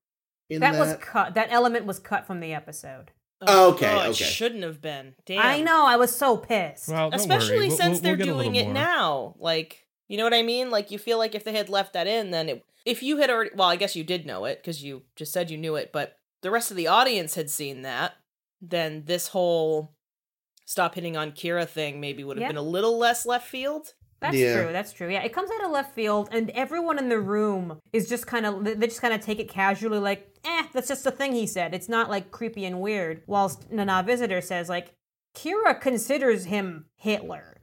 S3: In
S4: That was cut. That element was cut from the episode.
S1: Oh,
S3: Okay,
S1: oh, it
S3: okay.
S1: shouldn't have been. Damn.
S4: I know. I was so pissed.
S2: Well, don't
S1: Especially
S2: worry. We'll-
S1: since
S2: we'll-
S1: they're
S2: we'll get a
S1: doing
S2: little
S1: it
S2: more.
S1: now. Like, you know what I mean? Like, you feel like if they had left that in, then it, if you had already, well, I guess you did know it because you just said you knew it, but the rest of the audience had seen that, then this whole stop hitting on Kira thing maybe would have
S4: Yeah.
S1: been a little less left field.
S4: That's
S3: Yeah.
S4: true. That's true. Yeah, it comes out of left field, and everyone in the room is just kind of they just kind of take it casually, like, eh, that's just a thing he said. It's not like creepy and weird. Whilst Nana Visitor says, like, Kira considers him Hitler.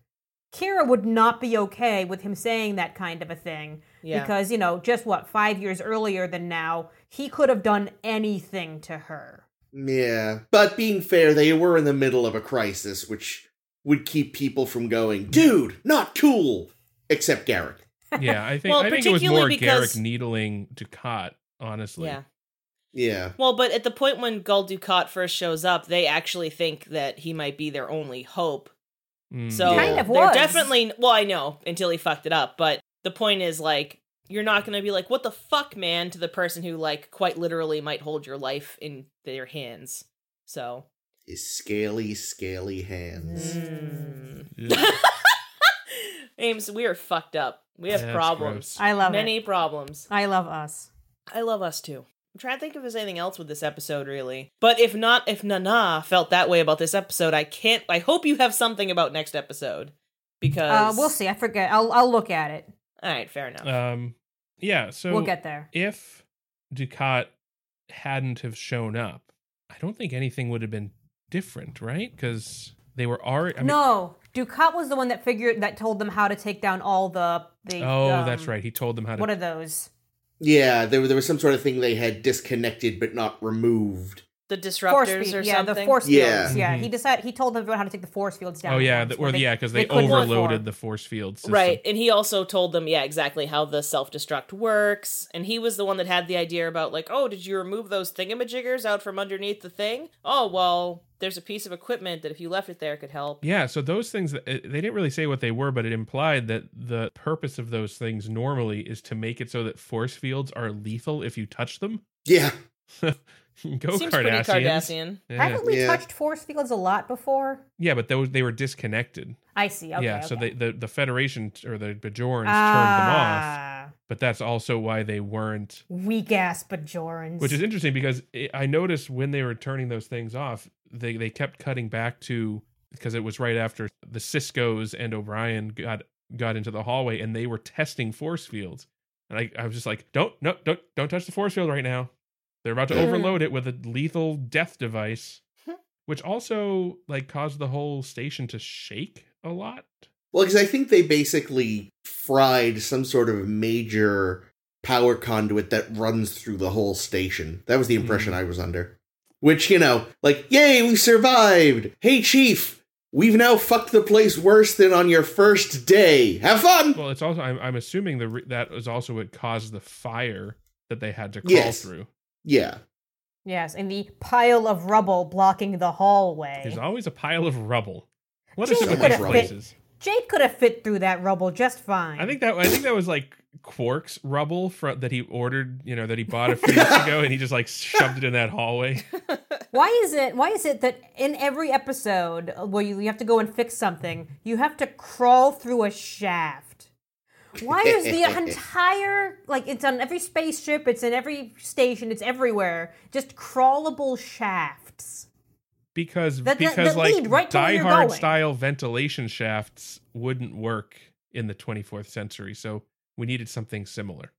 S4: Kira would not be okay with him saying that kind of a thing
S1: Yeah.
S4: because you know just what five years earlier than now he could have done anything to her.
S3: Yeah. But being fair, they were in the middle of a crisis, which would keep people from going, dude, not cool. Except Garrick.
S2: Yeah, I think
S1: Well,
S2: I think it was more
S1: particularly because-
S2: Garrick needling Ducat, honestly.
S1: Yeah.
S3: Yeah.
S1: Well, but at the point when Gul Dukat first shows up, they actually think that he might be their only hope.
S2: Mm.
S1: So
S3: Kind
S4: of
S1: they're
S4: was.
S1: definitely well, I know until he fucked it up. But the point is, like, you're not gonna be like, "What the fuck, man?" to the person who, like, quite literally might hold your life in their hands. So,
S3: His scaly, scaly hands.
S1: mm.
S2: Ugh.
S1: Ames, we are fucked up. We have
S2: Yeah, it's
S1: problems.
S2: gross.
S4: I love
S1: Many
S4: it.
S1: problems.
S4: I love us.
S1: I love us too. I'm trying to think if there's anything else with this episode, really. But if not, if Nana felt that way about this episode, I can't. I hope you have something about next episode
S4: Uh,
S1: because
S4: we'll see. I forget. I'll I'll look at it.
S1: All right, fair enough.
S2: um yeah, so
S1: Mm.
S4: we'll get there.
S2: if Ducat hadn't have shown up, I don't think anything would have been different, right? Because they were already I mean,
S4: no, Ducat was the one that figured that told them how to take down all the. the
S2: Oh,
S4: um,
S2: that's right. He told them how to
S4: What are those?
S3: Yeah, there, there was some sort of thing they had disconnected but not removed.
S1: the
S4: Force
S1: disruptors
S4: field-
S1: or
S4: yeah,
S1: something.
S4: the force
S3: Yeah.
S4: fields. Yeah, he decided. He told everyone how to take the force fields
S2: Mm-hmm.
S4: down.
S2: Oh yeah,
S4: once,
S2: the,
S4: where
S2: or
S4: they-
S2: yeah, because they,
S4: couldn't before.
S2: overloaded the force field system.
S1: Right, and he also told them, yeah, exactly how the self destruct works. And he was the one that had the idea about, like, oh, did you remove those thingamajiggers out from underneath the thing? Oh, well, there's a piece of equipment that if you left it there could help.
S2: Yeah, so those things uh, they didn't really say what they were, but it implied that the purpose of those things normally is to make it so that force fields are lethal if you touch them.
S3: Yeah.
S2: Go
S1: Seems pretty
S2: Kardashians.
S1: Kardashian.
S2: Yeah.
S4: Haven't we
S3: Yeah.
S4: touched force fields a lot before?
S2: yeah, but those they were disconnected.
S4: I see. Okay,
S2: yeah, so
S4: okay.
S2: they, the the Federation t- or the Bajorans turned them off,
S4: ah,
S2: but that's also why they weren't.
S4: Weak ass Bajorans.
S2: Which is interesting because i I noticed when they were turning those things off, they they kept cutting back to because it was right after the Cisco's and O'Brien got got into the hallway and they were testing force fields, and I I was just like, don't no don't don't touch the force field right now. They're about to
S3: Mhm.
S2: overload it with a lethal death device, which also like caused the whole station to shake a lot.
S3: Well, because I think they basically fried some sort of major power conduit that runs through the whole station. That
S2: Hmm.
S3: was the impression I was under. Which, you know, like, yay, we survived! Hey, Chief! We've now fucked the place worse than on your first day! Have fun!
S2: Well, it's also I'm, I'm assuming the re- that was also what caused the fire that they had to crawl
S3: Yes.
S2: through.
S3: Yeah.
S4: yes, and the pile of rubble blocking the hallway.
S2: There's always a pile of rubble. What
S4: Jeez,
S2: is it with
S3: what a
S2: these
S3: fit.
S2: places?
S4: Jake could have fit through that rubble just fine.
S2: I think that I think that was like Quark's rubble fro- that he ordered, you know, that he bought a few weeks ago, and he just like shoved it in that hallway.
S4: Why is it? Why is it that in every episode uh, where you, you have to go and fix something, you have to crawl through a shaft? Why is the entire like it's on every spaceship, it's in every station, it's everywhere, just crawlable shafts?
S2: Because
S4: That- that-
S2: because
S4: that
S2: like
S4: lead right to where
S2: Die
S4: you're
S2: Hard
S4: going.
S2: style ventilation shafts wouldn't work in the 24th century, so we needed something similar.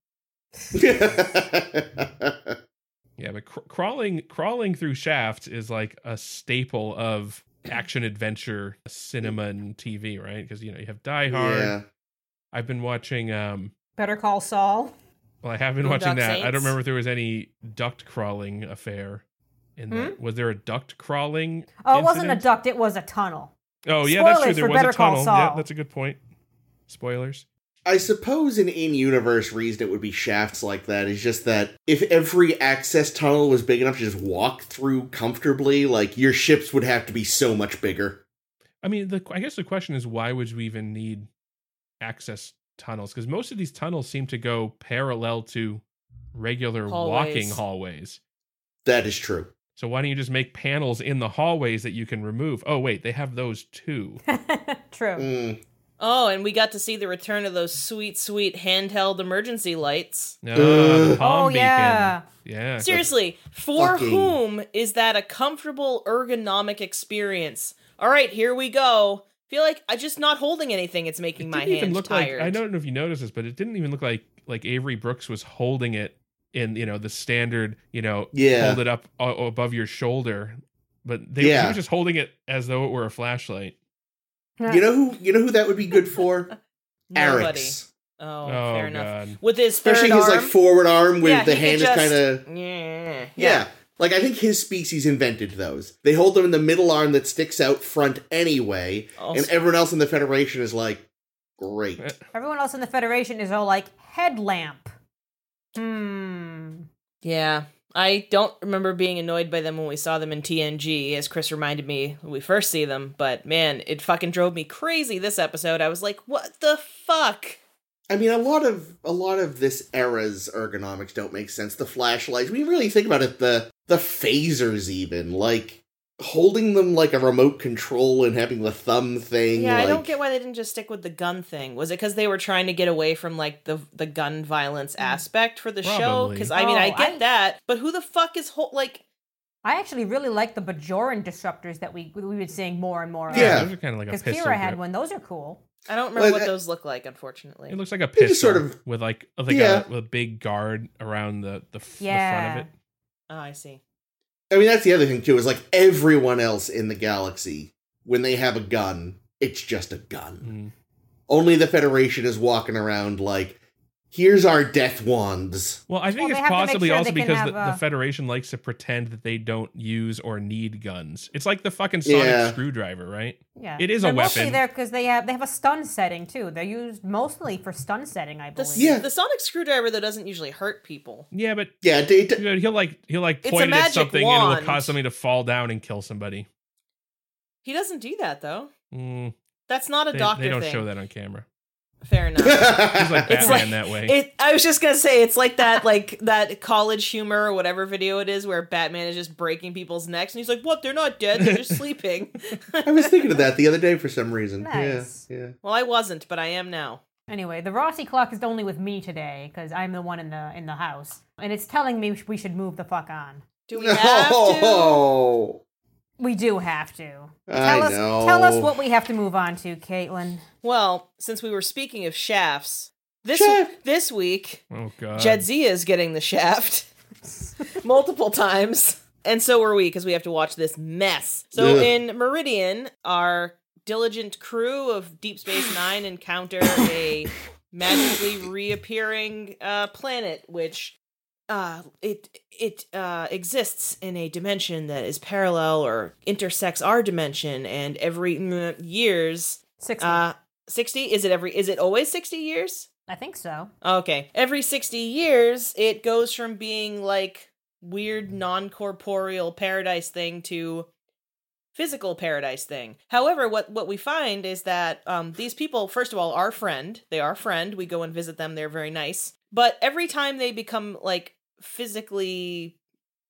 S2: Yeah, but cr- crawling crawling through shafts is like a staple of action adventure cinema and TV, right? Because you know you have Die Hard.
S3: yeah.
S2: I've been watching. um
S4: Better call Saul.
S2: Well, I have been watching
S1: Boondock
S2: that. I
S1: Saints?
S2: don't remember if there was any duct crawling affair. In that. Was there a duct crawling?
S4: Hmm? Oh, it wasn't a
S2: incident?
S4: duct; it was a tunnel.
S2: Oh yeah, that's true.
S4: Spoilers
S2: There
S4: for
S2: was
S4: Better
S2: a
S4: Call
S2: tunnel.
S4: Saul.
S2: Yeah, that's a good point. Spoilers.
S3: I suppose an in-universe reason it would be shafts like that is just that if every access tunnel was big enough to just walk through comfortably, like your ships would have to be so much bigger.
S2: I mean, the I guess the question is why would we even need access tunnels? Because most of these tunnels seem to go parallel to regular walking
S1: Hallways.
S2: hallways.
S3: That is true.
S2: So why don't you just make panels in the hallways that you can remove? Oh wait, they have those too. Ah,
S4: True.
S3: Mm.
S1: Oh, and we got to see the return of those sweet, sweet handheld emergency lights.
S2: No,
S3: Ugh.
S2: the palm
S4: Oh,
S2: beacon.
S4: yeah.
S2: Yeah.
S1: Seriously, for
S3: Fucking-
S1: whom is that a comfortable ergonomic experience? All right, here we go. Feel like I'm just not holding anything. It's making my
S2: didn't even
S1: hand
S2: look
S1: tired.
S2: Like, I don't know if you noticed this, but it didn't even look like like Avery Brooks was holding it in you know the standard you know
S3: Yeah.
S2: hold it up a- above your shoulder, but they he
S3: Yeah.
S2: was just holding it as though it were a flashlight.
S3: You know who? You know who that would be good for?
S1: Nobody.
S3: Arix.
S1: Oh,
S2: Oh,
S1: fair enough.
S2: god,
S1: With his third
S3: Especially
S1: arm.
S3: his like forward arm with
S1: Yeah,
S3: the
S1: he could
S3: hand
S1: just-
S3: is kind of
S1: yeah,
S3: yeah. Like I think his species invented those. They hold them in the middle arm that sticks out front anyway,
S1: Also-
S3: and everyone else in the Federation is like, great.
S4: Everyone else in the Federation is all like headlamp. Hmm.
S1: Yeah. I don't remember being annoyed by them when we saw them in TNG, as Chris reminded me when we first see them, but man, it fucking drove me crazy this episode. I was like, what the fuck?
S3: I mean, a lot of a lot of this era's ergonomics don't make sense. The flashlights. We really think about it. The the phasers, even like holding them like a remote control and having the thumb thing.
S1: Yeah, I don't
S3: like-
S1: get why they didn't just stick with the gun thing. Was it because they were trying to get away from like the the gun violence
S2: Mm.
S1: aspect for the show?
S2: Probably.
S1: Because I mean, I
S4: Oh,
S1: get
S4: I-
S1: that, but who the fuck is whole like?
S4: I actually really like the Bajoran disruptors that we we were seeing more and more.
S3: Yeah.
S2: those are kind of like a
S4: Because
S2: pistol.
S4: Kira had
S2: grip.
S4: one. Those are cool.
S1: I don't remember
S3: Well,
S1: what
S3: I-
S1: those look like, unfortunately.
S2: It looks like a pistol,
S3: They just sort of-
S2: with like like
S3: Yeah.
S2: a, a big guard around the the, f- the
S4: Yeah.
S2: front of it.
S1: oh, I see.
S3: I mean, that's the other thing too. Is like everyone else in the galaxy when they have a gun, it's just a gun.
S2: Mm.
S3: Only the Federation is walking around like, here's our death wands.
S2: Well, I think it's
S4: they have to make
S2: possibly
S4: sure
S2: also
S4: they can
S2: because
S4: have,
S2: the,
S4: uh,
S2: the Federation likes to pretend that they don't use or need guns. It's like the fucking sonic
S3: Yeah.
S2: screwdriver, right?
S4: Yeah.
S2: It is a
S4: They're Mostly
S2: weapon.
S4: there because they have they have a stun setting too. They're used mostly for stun setting, I
S1: The,
S4: believe.
S1: s-
S3: Yeah.
S1: the sonic screwdriver though doesn't usually hurt people.
S2: Yeah, but
S3: Yeah, d- d-
S2: Dude, he'll like he'll like
S1: It's a
S2: point it at
S1: magic
S2: something and
S1: wand.
S2: it'll cause something to fall down and kill somebody.
S1: He doesn't do that though.
S2: Mm,
S1: That's not a
S2: they,
S1: doctor
S2: they don't
S1: thing.
S2: show that on camera.
S1: Fair enough.
S2: He's like
S1: It's
S2: Batman
S1: like-
S2: that way.
S1: It. I was just gonna say it's like that, like that college humor or whatever video it is where Batman is just breaking people's necks, and he's like, "What? They're not dead. They're just sleeping."
S3: I was thinking of that the other day for some reason.
S4: Nice.
S3: Yeah, yeah.
S1: well, I wasn't, but I am now.
S4: Anyway, the Rossi clock is only with me today because I'm the one in the in the house, and it's telling me we should move the fuck on.
S1: Do we have to?
S3: No.
S4: We do have to.
S3: I
S4: Tell us,
S3: know.
S4: tell us what we have to move on to, Caitlin.
S1: Well, since we were speaking of shafts, this
S3: Shaft.
S1: this week
S2: oh god.
S1: Jedzia is getting the shaft multiple times, and so are we because we have to watch this mess. So
S3: Ugh.
S1: in Meridian, our diligent crew of Deep Space Nine encounter a magically reappearing uh, planet, which uh, it it uh, exists in a dimension that is parallel or intersects our dimension, and every mm, years,
S4: Sixty,
S1: uh, sixty is it every is it always sixty years?
S4: I think so.
S1: Okay. Every 60 years, it goes from being like weird non corporeal paradise thing to physical paradise thing. However, what what we find is that um these people first of all are friend. They are friend. We go and visit them. They're very nice. But every time they become like physically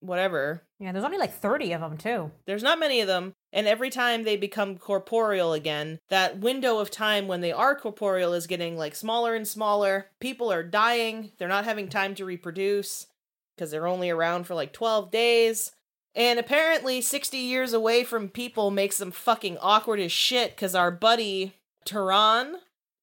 S1: whatever,
S4: Yeah, there's only like thirty of them too.
S1: there's not many of them, and every time they become corporeal again, that window of time when they are corporeal is getting like smaller and smaller. People are dying, they're not having time to reproduce because they're only around for like 12 days. And apparently, 60 years away from people makes them fucking awkward as shit because our buddy Tehran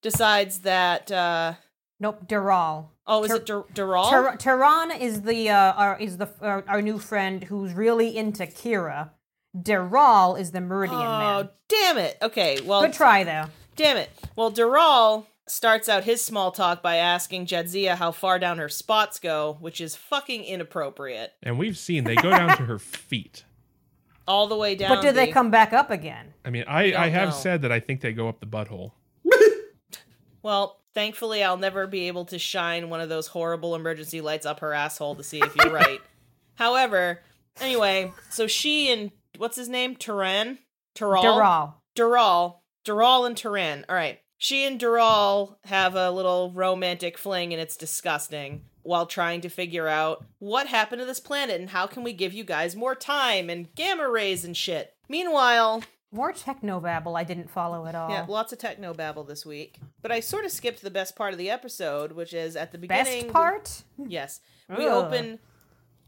S1: decides that, uh,
S4: Nope, Dural.
S1: oh, is
S4: Ter-
S1: it Dur- Dural?
S4: Ter- Tehran is the uh, our, is the our, our new friend who's really into Kira. Dural is the Meridian
S1: oh,
S4: man.
S1: damn it. Okay, well,
S4: Good try though.
S1: Damn it. Well, Dural starts out his small talk by asking Jadzia how far down her spots go, which is fucking inappropriate.
S2: and we've seen they go down to her feet.
S1: All the way down.
S4: But do they
S1: the-
S4: come back up again?
S2: I mean, I I
S1: Don't
S2: have
S1: know.
S2: said that I think they go up the butthole.
S1: Well, thankfully, I'll never be able to shine one of those horrible emergency lights up her asshole to see if you're right. However, anyway, so she and what's his name? Turan? Tural?
S4: Dural.
S1: Dural, Dural and Turan. All right. She and Dural have a little romantic fling and it's disgusting. while trying to figure out what happened to this planet and how can we give you guys more time and gamma rays and shit. Meanwhile,
S4: More techno babble I didn't follow at all.
S1: yeah, lots of techno babble this week, but I sort of skipped the best part of the episode, which is at the
S4: Best
S1: beginning.
S4: part?
S1: Yes. We
S4: Ugh.
S1: open.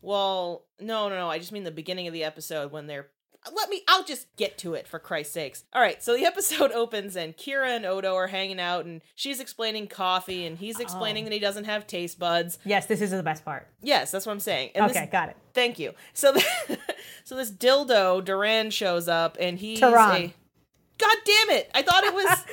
S1: Well, no, no, no. I just mean the beginning of the episode when they're. Let me. I'll just get to it for Christ's sakes. All right. So the episode opens and Kira and Odo are hanging out and she's explaining coffee and he's
S4: Oh.
S1: explaining that he doesn't have taste buds.
S4: Yes, this is the best part.
S1: Yes, that's what I'm saying. And
S4: okay,
S1: This,
S4: got it.
S1: thank you. So, the, so this dildo Duran shows up and he's
S4: Tehran.
S1: a. God damn it! I thought it was.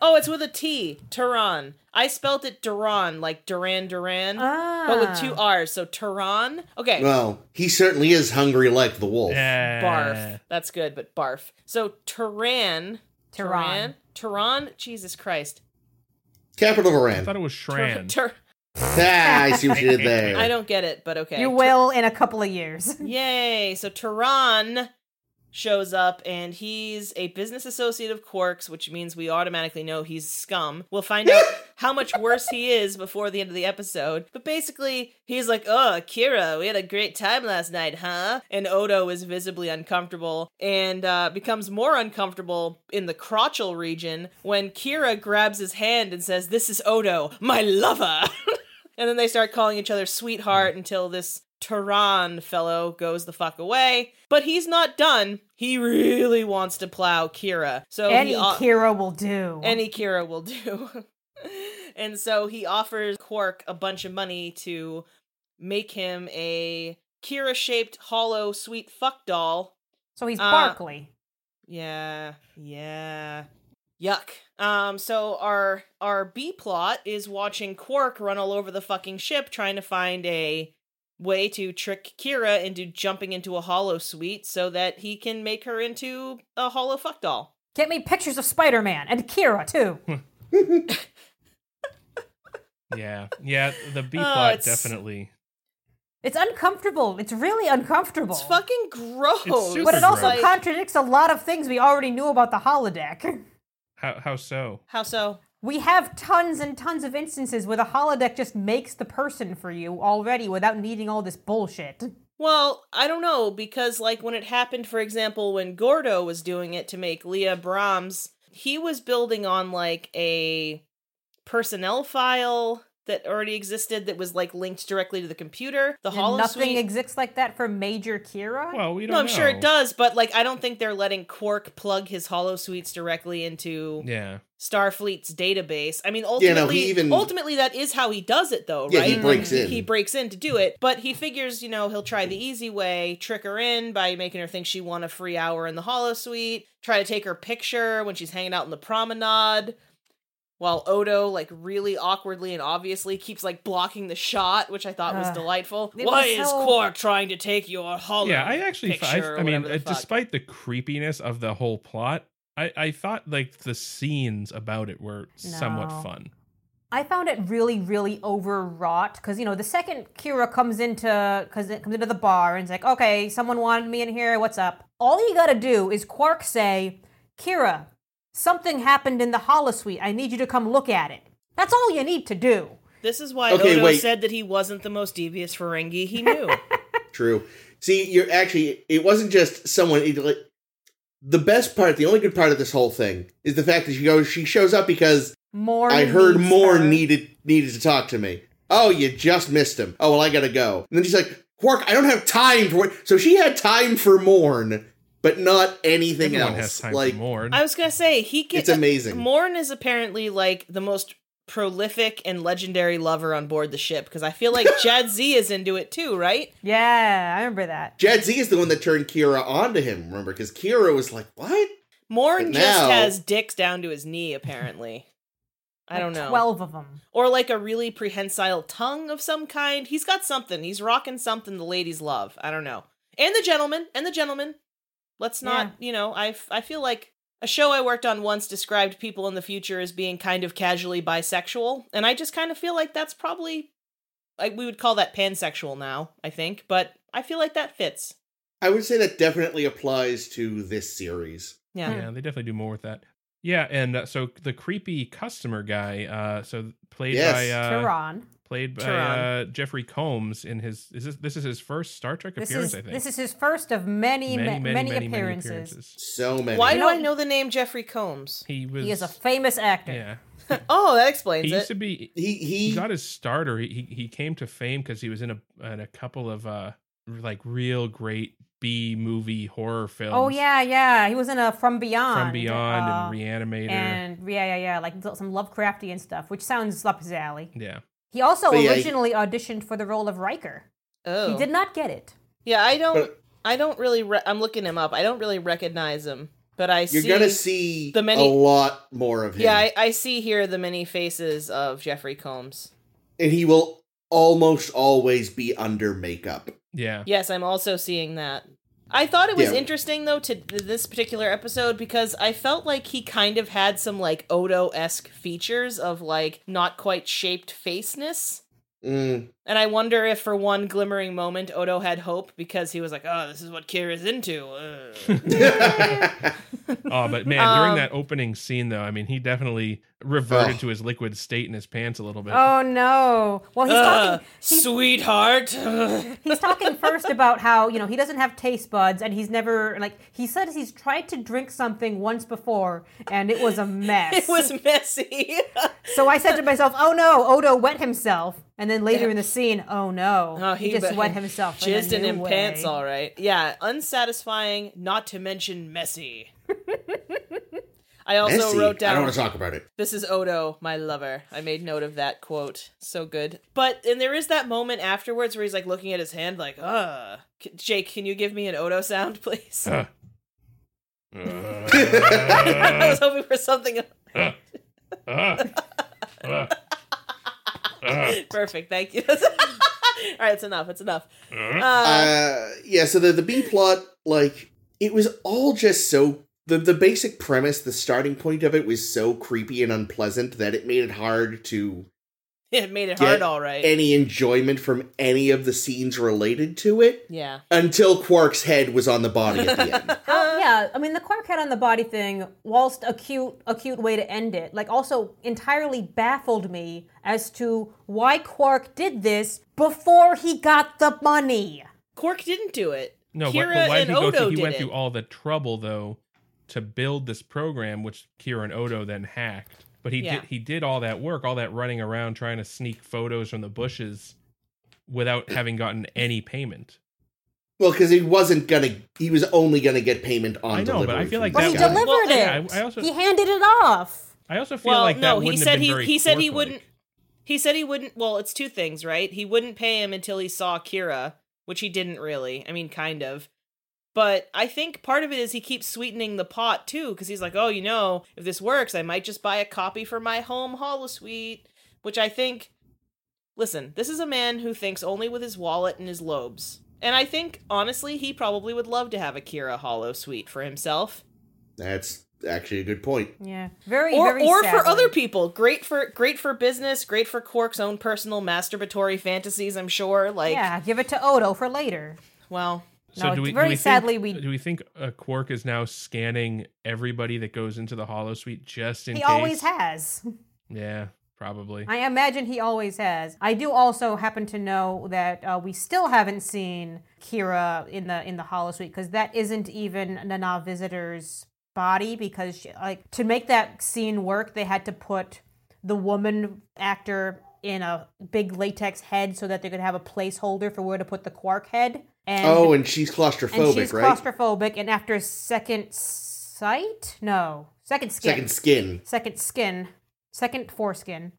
S1: oh, it's with a T. Tehran. I spelt it Duran like Duran Duran
S4: Ah.
S1: but with two R's. So Tehran. Okay.
S3: Well, he certainly is hungry like the wolf.
S1: barf. That's good, but barf. So Tehran.
S4: Tehran.
S1: Tehran. Jesus Christ.
S3: Capital
S2: I
S3: Varan.
S2: thought it was Shran.
S1: Ter-
S3: ah, I see what you did there.
S1: I don't get it, but okay.
S4: You will in a couple of years.
S1: Yay. So Tehran shows up and he's a business associate of Quark's, which means we automatically know he's scum. We'll find out how much worse he is before the end of the episode. But basically, he's like, Oh, Kira, we had a great time last night, huh? And Odo is visibly uncomfortable and uh, becomes more uncomfortable in the crotchal region when Kira grabs his hand and says, This is Odo, my lover. And then they start calling each other sweetheart
S4: Mm.
S1: until this Tehran fellow goes the fuck away. But he's not done. He really wants to plow Kira. So
S4: Any
S1: he o-
S4: Kira will do.
S1: any Kira will do. and so he offers Quark a bunch of money to make him a Kira shaped hollow sweet fuck doll.
S4: so he's
S1: uh,
S4: Barkley.
S1: Yeah, yeah. Yuck. Um, so our our B plot is watching Quark run all over the fucking ship trying to find a way to trick Kira into jumping into a hollow suite so that he can make her into a hollow fuck doll.
S4: Get me pictures of Spider Man and Kira too.
S1: Hmm.
S2: Yeah, yeah. The B
S1: Oh,
S2: plot
S1: it's-
S2: definitely.
S4: It's uncomfortable. It's really uncomfortable.
S1: It's fucking gross.
S2: It's super
S4: but it also
S2: gross.
S4: contradicts a lot of things we already knew about the holodeck.
S2: How how so?
S1: how so?
S4: We have tons and tons of instances where the holodeck just makes the person for you already without needing all this bullshit.
S1: Well, I don't know because like when it happened for example when Gordo was doing it to make Leah Brahms, he was building on like a personnel file that already existed that was like linked directly to the computer. The
S4: And nothing
S1: holosuite
S4: exists like that for Major Kira.
S2: Well, we don't.
S1: No, I'm
S2: know.
S1: sure it does, but like I don't think they're letting Quark plug his holosuites directly into
S2: Yeah,
S1: Starfleet's database. I mean, ultimately,
S3: Yeah, no, he even-
S1: ultimately that is how he does it, though,
S3: Yeah,
S1: right?
S3: he breaks
S1: Like,
S3: in.
S1: He breaks in to do it, but he figures, you know, he'll try the easy way, trick her in by making her think she won a free hour in the Hollow Suite, try to take her picture when she's hanging out in the promenade. While Odo, like, really awkwardly and obviously keeps, like, blocking the shot, which I thought was
S4: Ugh.
S1: delightful.
S4: It
S1: Why
S4: was
S1: is
S4: so-
S1: Quark trying to take your hollow?
S2: yeah. I actually, I,
S1: picture or
S2: I mean,
S1: whatever the
S2: uh,
S1: fuck.
S2: despite the creepiness of the whole plot, I I thought like the scenes about it were somewhat
S4: No.
S2: fun.
S4: I found it really, really overwrought because you know the second Kira comes into because it comes into the bar and it's like, okay, someone wanted me in here. What's up? All you gotta do is Quark say, Kira, something happened in the holosuite. I need you to come look at it. That's all you need to do.
S1: This is why
S3: Okay,
S1: Odo
S3: wait.
S1: said that he wasn't the most devious Ferengi he knew.
S3: True. See, you're actually. It wasn't just someone. It, like, the best part, the only good part of this whole thing, is the fact that she goes. She shows up because
S4: More.
S3: I heard
S4: needs
S3: more
S4: her.
S3: needed needed to talk to me. Oh, you just missed him. Oh well, I gotta go. And then she's like, "Quark, I don't have time for." What-. So she had time for Morn, but not anything
S2: Everyone
S3: else.
S2: has time
S3: like,
S2: for more.
S1: I was gonna say he gets
S3: It's amazing.
S1: Morn is apparently like the most prolific and legendary lover on board the ship because I feel like Jad Z is into it too, right?
S4: Yeah, I remember that.
S3: Jad Z is the one that turned Kira onto him. Remember, because Kira was like, "What?"
S1: Morn
S3: But
S1: just
S3: now-
S1: has dicks down to his knee, apparently. I don't know.
S4: Twelve of them.
S1: Or like a really prehensile tongue of some kind. He's got something. He's rocking something the ladies love. I don't know. And the gentleman. And the gentleman. Let's not, you know, I, f- I feel like a show I worked on once described people in the future as being kind of casually bisexual. And I just kind of feel like that's probably, like, we would call that pansexual now, I think. But I feel like that fits.
S3: I would say that definitely applies to this series.
S1: Yeah.
S2: Hmm. yeah, they definitely do more with that. Yeah, and uh, so the creepy customer guy, uh, so played
S3: Yes.
S2: by uh,
S4: Tehran.
S2: played by uh,
S1: Turan.
S2: Jeffrey Combs in his is this this is his first Star Trek
S4: This
S2: appearance,
S4: is
S2: I think.
S4: this is his first of many ma- many, appearances.
S3: So many.
S1: Why
S4: You
S1: do
S4: know-
S1: I know the name Jeffrey Combs?
S2: He was
S4: He is a famous actor.
S2: yeah.
S1: Oh, that explains
S2: He used
S1: it.
S2: to be
S3: He
S2: he
S3: he
S2: got his starter. He he, he came to fame because he was in a in a couple of uh like real great B movie horror films.
S4: Oh yeah, yeah. He was in a From Beyond.
S2: From Beyond
S4: uh,
S2: and Reanimator.
S4: and yeah, yeah, yeah, like th- some Lovecraftian stuff, which sounds up his alley.
S2: yeah.
S4: He also
S3: But yeah, he-
S4: originally auditioned for the role of Riker.
S1: Oh,
S4: He did not get it.
S1: yeah. I don't.
S3: But-
S1: I don't really. Re- I'm looking him up. I don't really recognize him, but I
S3: you're
S1: see.
S3: gonna see
S1: the many-
S3: a lot more of him.
S1: yeah, I, I see here the many faces of Jeffrey Combs.
S3: and he will almost always be under makeup.
S2: Yeah.
S1: Yes, I'm also seeing that. I thought it was
S3: Yeah.
S1: interesting though to th- this particular episode because I felt like he kind of had some like Odo esque features of like not quite shaped faceness.
S3: Mm,
S1: And I wonder if for one glimmering moment Odo had hope because he was like, "Oh, this is what Kira's into." uh."
S2: Oh, but man, during
S1: Um,
S2: that opening scene though, I mean, he definitely reverted
S3: Ugh.
S2: to his liquid state in his pants a little bit.
S4: Oh no. Well, he's
S1: Uh,
S4: talking. He's,
S1: sweetheart.
S4: he's talking first about how you know he doesn't have taste buds, and he's never like he says he's tried to drink something once before, and it was a mess.
S1: it was messy.
S4: So I said to myself, "Oh no, Odo wet himself." And then later in the scene, "Oh no,
S1: Oh,
S4: he, just
S1: be-
S4: wet himself." in a
S1: Jizzed in
S4: new
S1: him
S4: way.
S1: pants, all right. Yeah, unsatisfying, not to mention messy. I also
S3: messy.
S1: wrote
S3: I
S1: down
S3: don't want to talk about it.
S1: This is Odo, my lover. I made note of that quote. So good. But and there is that moment afterwards where he's like looking at his hand like, "Uh, C- Jake, can you give me an Odo sound, please?"
S2: Ugh.
S4: Oh.
S1: I was hoping for something
S2: Ugh. Ugh. Ugh.
S1: perfect. Thank you. All right, it's enough. It's enough. Uh,
S3: Uh, yeah, so the the B plot, like, it was all just so the the basic premise, the starting point of it was so creepy and unpleasant that it made it hard to
S1: it made it
S3: get
S1: hard, all right.
S3: any enjoyment from any of the scenes related to it
S1: yeah.
S3: until Quark's head was on the body at the end.
S4: Oh, yeah, I mean the Quark head on the body thing, whilst a cute, a cute way to end it, like also entirely baffled me as to why Quark did this before he got the money.
S1: Quark didn't do it.
S2: No,
S1: Kira
S2: but, but why
S1: and
S2: did he go
S1: Odo
S2: through? He
S1: did
S2: went
S1: it.
S2: through all the trouble though to build this program, which Kira and Odo then hacked. But he
S1: Yeah.
S2: did he did all that work, all that running around trying to sneak photos from the bushes without having gotten any payment.
S3: well, because he wasn't gonna, he was only gonna get payment on
S2: I know,
S3: delivery.
S2: but I feel
S3: from
S2: like
S3: this
S4: Well,
S2: that
S4: he
S3: guy.
S2: was-
S4: delivered
S1: Well,
S2: yeah,
S4: it.
S2: I- I also-
S4: he handed it off.
S2: I also feel
S1: well,
S2: like that
S1: no, he
S2: wouldn't have
S1: said
S2: been
S1: he
S2: very
S1: he said he
S2: Quark-like.
S1: wouldn't he said he wouldn't well, it's two things, right? He wouldn't pay him until he saw Kira, which he didn't really. I mean, kind of. But I think part of it is he keeps sweetening the pot too cuz he's like, "Oh, you know, if this works, I might just buy a copy for my home holosuite," which I think Listen, this is a man who thinks only with his wallet and his lobes. And I think honestly, he probably would love to have a Kira holo suite for himself.
S3: That's actually a good point.
S4: Yeah, very,
S1: or,
S4: very.
S1: or
S4: sadly.
S1: for other people great for great for business great for quark's own personal masturbatory fantasies i'm sure like
S4: yeah, give it to Odo for later.
S1: well
S4: No,
S2: So do
S4: it's
S2: we,
S4: very
S2: do we
S4: sadly
S2: think,
S4: we-
S2: do we think uh, Quark is now scanning everybody that goes into the Hollow Suite just in
S4: He
S2: case?
S4: always has.
S2: Yeah, probably.
S4: I imagine he always has. I do also happen to know that uh, we still haven't seen Kira in the in the Hollow Suite because that isn't even Nana Visitor's body because she, like to make that scene work, they had to put the woman actor in a big latex head so that they could have a placeholder for where to put the Quark head. And
S3: Oh, and she's claustrophobic,
S4: and she's
S3: right?
S4: claustrophobic, and after second sight, no, second skin,
S3: Second skin.
S4: second skin, second foreskin,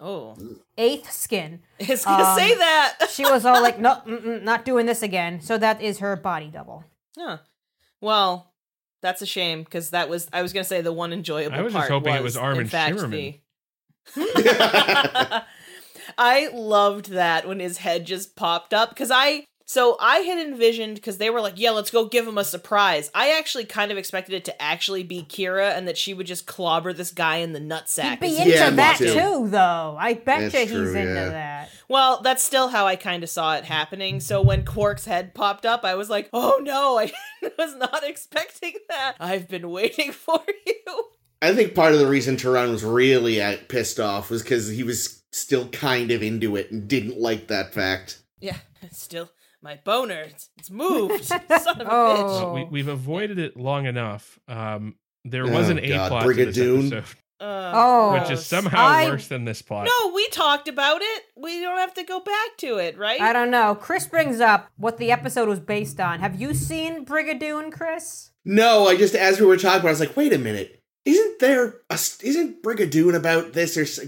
S1: oh
S4: eighth skin.
S1: i was gonna say that
S4: Um, she was all like, "No, mm-mm, not doing this again." So that is her body double.
S1: huh. well that's a shame because that was i was gonna say the one enjoyable
S2: I was just
S1: part
S2: hoping it was Armin
S1: in fact,
S2: Shimerman.
S1: the- I loved that when his head just popped up because I so I had envisioned because they were like, yeah, let's go give him a surprise. I actually kind of expected it to actually be Kira and that she would just clobber this guy in the nutsack.
S4: He'd be
S1: as
S4: into
S1: he-
S3: Yeah, me
S4: that
S3: too.
S4: too. though. I bet
S3: That's
S4: you he's
S3: true,
S4: into
S3: yeah.
S4: that.
S1: well, that's still how I kind of saw it happening. So when Quark's head popped up, I was like, oh no, I was not expecting that. I've been waiting for you.
S3: I think part of the reason Tehran was really uh, pissed off was because he was still kind of into it and didn't like that fact.
S1: Yeah, it's still my boner. It's, it's moved. Son of a bitch.
S2: Well, we,
S4: Oh.
S2: we've avoided it long enough. Um, there
S3: Oh,
S2: was an
S3: God.
S2: A plot to this
S3: Brigadoon.
S2: episode,
S1: Uh,
S4: Oh.
S2: which is
S1: gross.
S2: somehow
S4: I-
S2: worse than this plot.
S1: No, we talked about it. We don't have to go back to it, right?
S4: I don't know. Chris brings up what the episode was based on. Have you seen Brigadoon, Chris?
S3: No, I just as we were talking, I was like, wait a minute. Isn't there a isn't Brigadoon about this or s-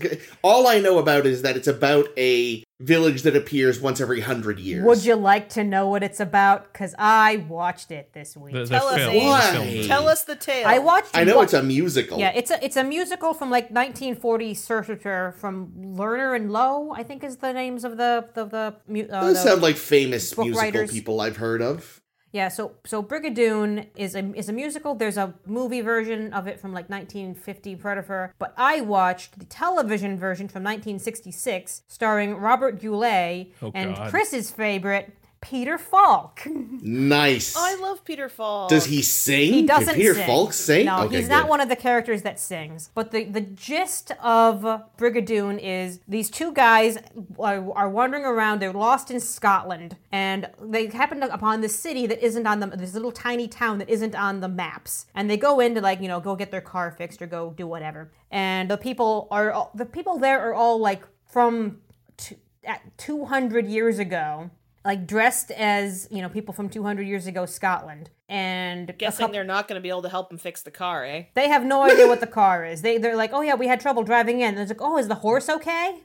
S3: all I know about is that it's about a village that appears once every hundred years.
S4: Would you like to know what it's about? Because I watched it this week.
S2: The, the
S1: Tell us, Ian.
S2: film, the film
S3: Why?
S2: version.
S1: Tell us the tale.
S4: I watched.
S3: I know
S4: one-
S3: it's a musical.
S4: Yeah, it's a it's a musical from like 1940 surfacture from Lerner and Lowe, I think is the names of the the the. mu- Uh,
S3: Those
S4: the-
S3: sound like famous
S4: book
S3: musical
S4: writers.
S3: people I've heard of.
S4: yeah, so so Brigadoon is a is a musical. There's a movie version of it from like 1950 Predator, but I watched the television version from 1966 starring Robert Goulet
S2: Oh,
S4: and
S2: God.
S4: Chris's favorite Peter Falk.
S3: Nice.
S1: Oh, I love Peter Falk.
S3: Does he sing?
S4: He doesn't
S3: Did Peter
S4: sing.
S3: Falk sing?
S4: No,
S3: Okay,
S4: he's not
S3: good.
S4: one of the characters that sings. But the, the gist of Brigadoon is these two guys are, are wandering around. They're lost in Scotland, and they happen upon this city that isn't on the this little tiny town that isn't on the maps. And they go in to like you know go get their car fixed or go do whatever. And the people are all- the people there are all like from t- at 200 years ago. Like dressed as you know people from 200 years ago Scotland, and a
S1: Guessing
S4: couple-
S1: they're not going to be able to help him fix the car, eh?
S4: they have no idea what the car is. They they're like, oh yeah, we had trouble driving in. And it's like, oh, is the horse okay?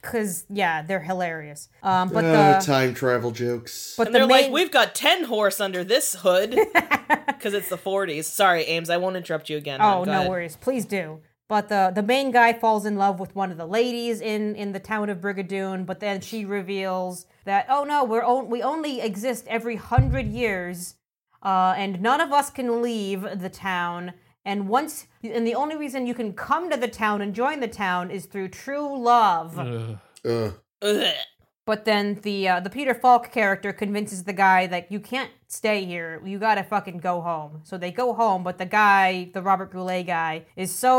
S4: Because yeah, they're hilarious. Um, but
S3: Oh,
S4: the
S3: time travel jokes.
S4: but
S1: And they're
S4: the main,
S1: like, we've got 10 horse under this hood because it's the 40s. Sorry, Ames, I won't interrupt you again.
S4: oh
S1: Go
S4: no
S1: ahead.
S4: worries, please do. But the the main guy falls in love with one of the ladies in in the town of Brigadoon. But then she reveals that oh no, we're on, we only exist every hundred years. uh, and none of us can leave the town. And once, and the only reason you can come to the town and join the town is through true love.
S2: Ugh.
S3: Ugh.
S1: Ugh.
S4: But then the uh, the Peter Falk character convinces the guy that you can't stay here. You gotta fucking go home. So they go home, but the guy, the Robert Goulet guy, is so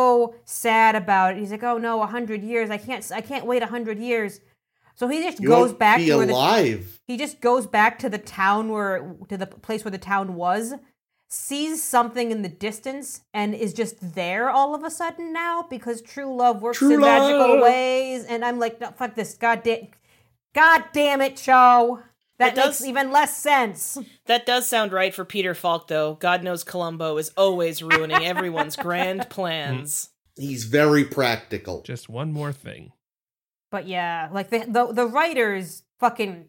S4: sad about it. He's like, "Oh no, a hundred years! I can't, I can't wait a hundred years." So he just
S3: You
S4: goes
S3: won't
S4: back
S3: be
S4: to where the,
S3: alive.
S4: he just goes back to the town where to the place where the town was, sees something in the distance, and is just there all of a sudden now because true love works
S3: True
S4: in magical
S3: love.
S4: ways. And I'm like, no, fuck this, god damn, god damn it, show. That
S1: It
S4: makes
S1: does-
S4: even less sense.
S1: That does sound right for Peter Falk, though. God knows Columbo is always ruining everyone's grand plans.
S3: He's very practical.
S2: Just one more thing.
S4: But yeah, like the the, the writers fucking.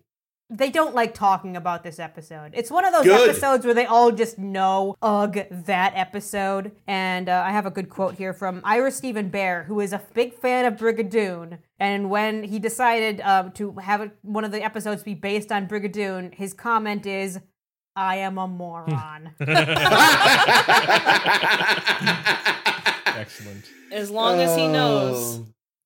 S4: They don't like talking about this episode. It's one of those
S3: Good.
S4: episodes where they all just know, ugh, that episode. And uh, I have a good quote here from Ira Stephen Bear, who is a big fan of Brigadoon. And when he decided um, to have it- one of the episodes be based on Brigadoon, his comment is, I am
S2: Hmm.
S4: a moron.
S2: Excellent.
S1: As long as he
S3: Oh.
S1: knows.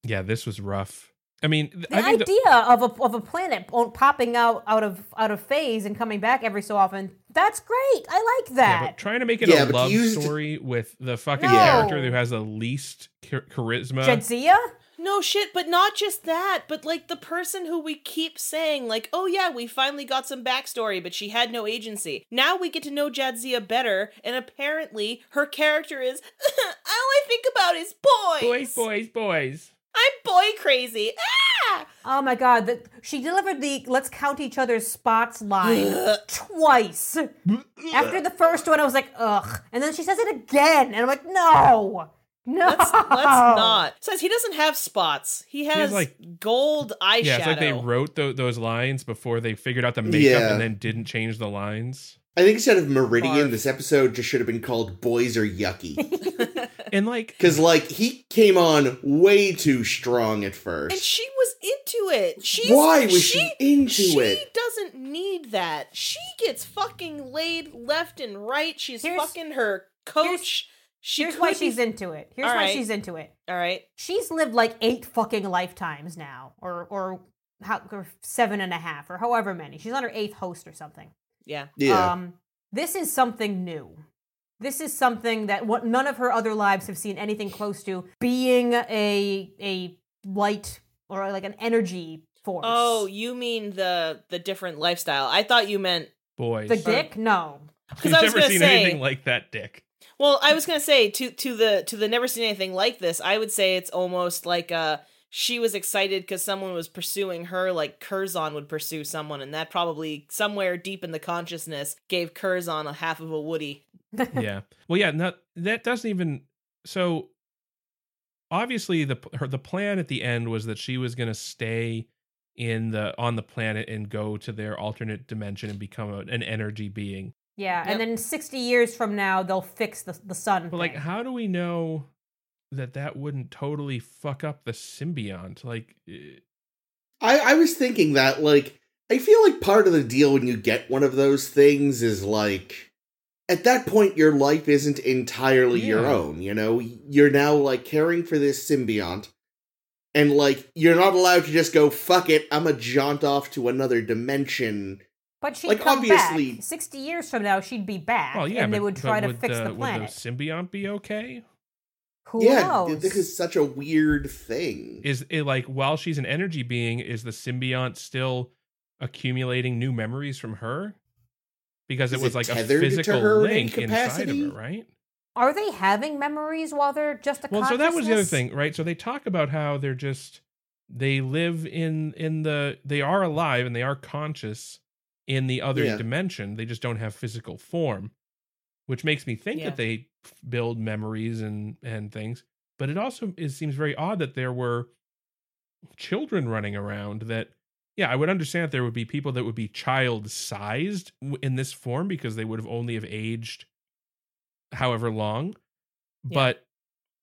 S2: Yeah, this was rough. I mean, th-
S4: The
S2: I think the-
S4: idea of a of a planet po- popping out out of out of phase and coming back every so often. That's great. I like
S2: yeah,
S4: that.
S2: but trying to make it
S3: Yeah,
S2: a
S3: but
S2: love
S3: used-
S2: story with the fucking
S4: No.
S2: character who has the least char- charisma.
S1: Uh,
S4: Jadzia?
S1: No shit, but not just that, but like the person who we keep saying, like, oh yeah, we finally got some backstory, but she had no agency. Now we get to know Jadzia better, and apparently her character is all I think about is boys.
S2: boys, boys, boys.
S1: I'm boy crazy. Ah!
S4: Oh my god, the, she delivered the let's count each other's spots line twice. After the first one I was like, "Ugh." And then she says it again and I'm like, "No." No.
S1: Let's, let's not. Says he doesn't have spots. He has
S2: like-
S1: gold eyeshadow.
S2: Yeah, it's like they wrote tho- those lines before they figured out the makeup
S3: Yeah.
S2: and then didn't change the lines.
S3: I think instead of Meridian,
S1: Barf.
S3: this episode just should have been called Boys Are Yucky.
S2: And like,
S3: Because, like, he came on way too strong at first.
S1: and she was into it. She's,
S3: Why was
S1: she
S3: she, into
S1: she
S3: it?
S1: doesn't need that. She gets fucking laid left and right. She's
S4: Here's-
S1: fucking her coach.
S4: here's-
S1: she
S4: Here's why
S1: could be-
S4: she's into it. Here's
S1: All
S4: why
S1: right.
S4: she's into it.
S1: All right.
S4: she's lived like eight fucking lifetimes now, or or how or seven and a half, or however many. She's on her eighth host or something.
S1: Yeah.
S3: Yeah.
S4: Um, this is Um, something new. This is something that what none of her other lives have seen anything close to being a a light or like an energy force.
S1: Oh, you mean the the different lifestyle? I thought you meant
S2: Boys.
S4: the dick? No.
S2: You've
S1: I was
S2: never
S1: gonna
S2: seen
S1: say-
S2: anything like that dick.
S1: Well, I was gonna say to to the to the never seen anything like this. I would say it's almost like uh she was excited because someone was pursuing her, like Curzon would pursue someone, and that probably somewhere deep in the consciousness gave Curzon a half of a Woody.
S2: yeah. Well, yeah. No, that doesn't even. So obviously, the her, the plan at the end was that she was going to stay in the on the planet and go to their alternate dimension and become a, an energy being.
S4: Yeah,
S1: Yep.
S4: and then 60 years from now they'll fix the the sun.
S2: But like,
S4: thing.
S2: how do we know that that wouldn't totally fuck up the symbiont? Like, eh,
S3: I, I was thinking that, like, I feel like part of the deal when you get one of those things is like, at that point, your life isn't entirely your
S2: Yeah.
S3: own, you know? You're now, like, caring for this symbiont, and, like, you're not allowed to just go, fuck it, I'm a jaunt off to another dimension.
S4: But she'd
S3: Like,
S4: come
S3: obviously-
S4: back. 60 years from now, she'd be back.
S2: well, yeah,
S4: and they
S2: but-
S4: would
S2: but
S4: try to fix
S2: the,
S4: the,
S2: Would
S4: planet.
S2: the symbiont be okay?
S4: Who
S3: yeah, th-
S4: knows?
S3: this is such a weird thing.
S2: Is it like while she's an energy being, is the symbiont still accumulating new memories from her? Because it
S3: Is
S2: was
S3: it
S2: like a
S3: tethered to
S2: physical
S3: her in any
S2: link inside of
S3: capacity?
S2: her, right?
S4: Are they having memories while they're just a
S2: Well, so that was the other
S4: consciousness?
S2: thing, right? So they talk about how they're just they live in in the they are alive and they are conscious in the other
S3: Yeah.
S2: dimension. They just don't have physical form, which makes me think
S1: Yeah.
S2: that they f- build memories and and things. But it also it seems very odd that there were children running around that yeah, I would understand that there would be people that would be child sized in this form because they would have only have aged however long.
S1: Yeah.
S2: But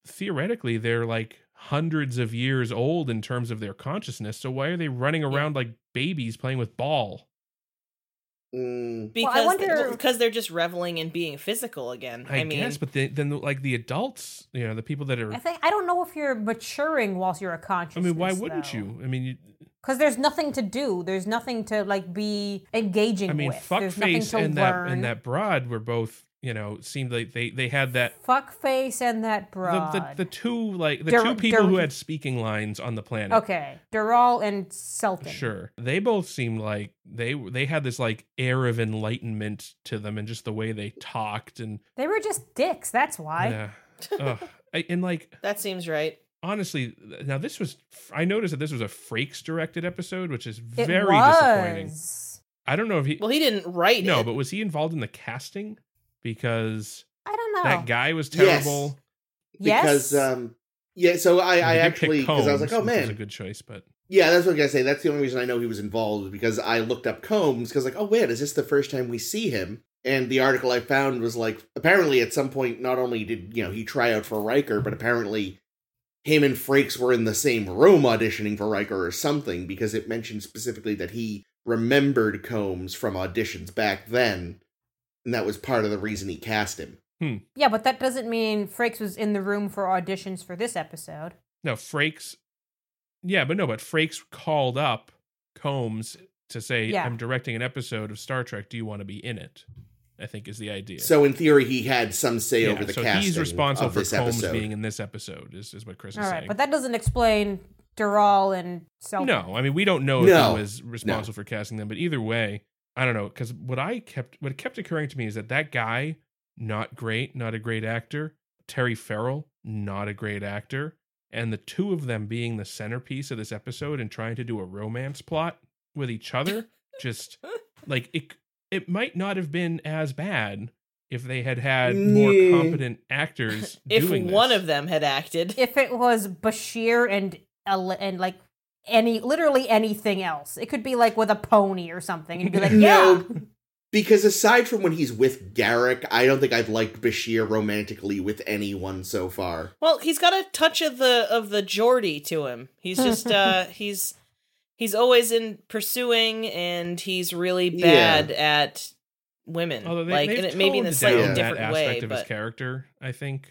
S2: theoretically, they're like hundreds of years old in terms of their consciousness. So why are they running around like babies playing with ball?
S3: Mm,
S4: Well,
S1: Because
S4: I wonder-
S1: because they're just reveling in being physical again.
S2: I,
S1: I, mean,
S2: guess, but the, then like the adults, you know, the people that
S4: I
S2: are.
S4: think I don't know if you're maturing whilst you're a
S2: I
S4: consciousness.
S2: mean, why wouldn't you? I mean, you,
S4: Because there's nothing to do. There's nothing to like be engaging
S2: I mean,
S4: with. there's nothing
S2: fuckface
S4: to
S2: and that
S4: learn.
S2: and that broad were both, you know, seemed like they they had that
S4: fuckface and that broad.
S2: the, the, the two like the
S4: Dur-
S2: two people who
S4: dur-
S2: had speaking lines on the planet.
S4: okay, Dural and Selton.
S2: Sure. They both seemed like they they had this like air of enlightenment to them and just the way they talked and
S4: They were just dicks. That's why.
S2: yeah. Ugh. I, and like
S1: that seems right.
S2: honestly now this was I noticed that this was a Frakes directed episode which is
S4: It
S2: very
S4: was.
S2: disappointing. I don't know if he
S1: Well, he didn't write
S2: No,
S1: it.
S2: but was he involved in the casting because
S4: I don't know.
S2: that guy was
S3: Yes.
S2: terrible.
S4: yes.
S3: Because, um, yeah, so I, I
S2: They did pick
S3: actually, because I was like,
S2: Combs,
S3: oh
S2: which was
S3: man,
S2: a good choice, but
S3: Yeah, that's what I was gonna say. That's the only reason I know he was involved was because I looked up Combs because like, oh wait, is this the first time we see him? And the article I found was like, apparently at some point, not only did you know he try out for Riker, but apparently him and Frakes were in the same room auditioning for Riker or something because it mentioned specifically that he remembered Combs from auditions back then, and that was part of the reason he cast him.
S4: yeah, but that doesn't mean Frakes was in the room for auditions for this episode.
S2: No, Frakes. Yeah, but no, but Frakes called up Combs to say,
S4: Yeah.
S2: "I'm directing an episode of Star Trek. Do you want to be in it?" I think is the idea.
S3: So in theory, he had some say
S2: Yeah,
S3: over the
S2: so
S3: casting.
S2: he's responsible
S3: of
S2: for
S3: this
S2: Combs
S3: episode.
S2: being in this episode. Is is what Chris
S4: All
S2: is
S4: right,
S2: saying.
S4: but that doesn't explain Dural and Selton.
S2: no, I mean we don't know if
S3: No.
S2: he was responsible for casting them, but either way, I don't know because what I kept what kept occurring to me is that that guy, not great, not a great actor. Terry Farrell, not a great actor, and the two of them being the centerpiece of this episode and trying to do a romance plot with each other, just like it. It might not have been as bad if they had had more
S3: Yeah.
S2: competent actors.
S1: if
S2: doing
S1: one
S2: this.
S1: of them had acted,
S4: if it was Bashir and Ele- and like any literally anything else. It could be like with a pony or something. And you'd be like, yeah,
S3: No, because aside from when he's with Garrick, I don't think I've liked Bashir romantically with anyone so far.
S1: Well, he's got a touch of the of the Geordie to him. He's just uh he's he's always in pursuing and he's really
S3: Yeah.
S1: bad at women.
S2: Although they,
S1: like
S2: they've
S1: and it maybe in a
S2: toned
S1: slightly
S2: down that
S1: different
S2: aspect
S1: way,
S2: of his
S1: but
S2: character, I think,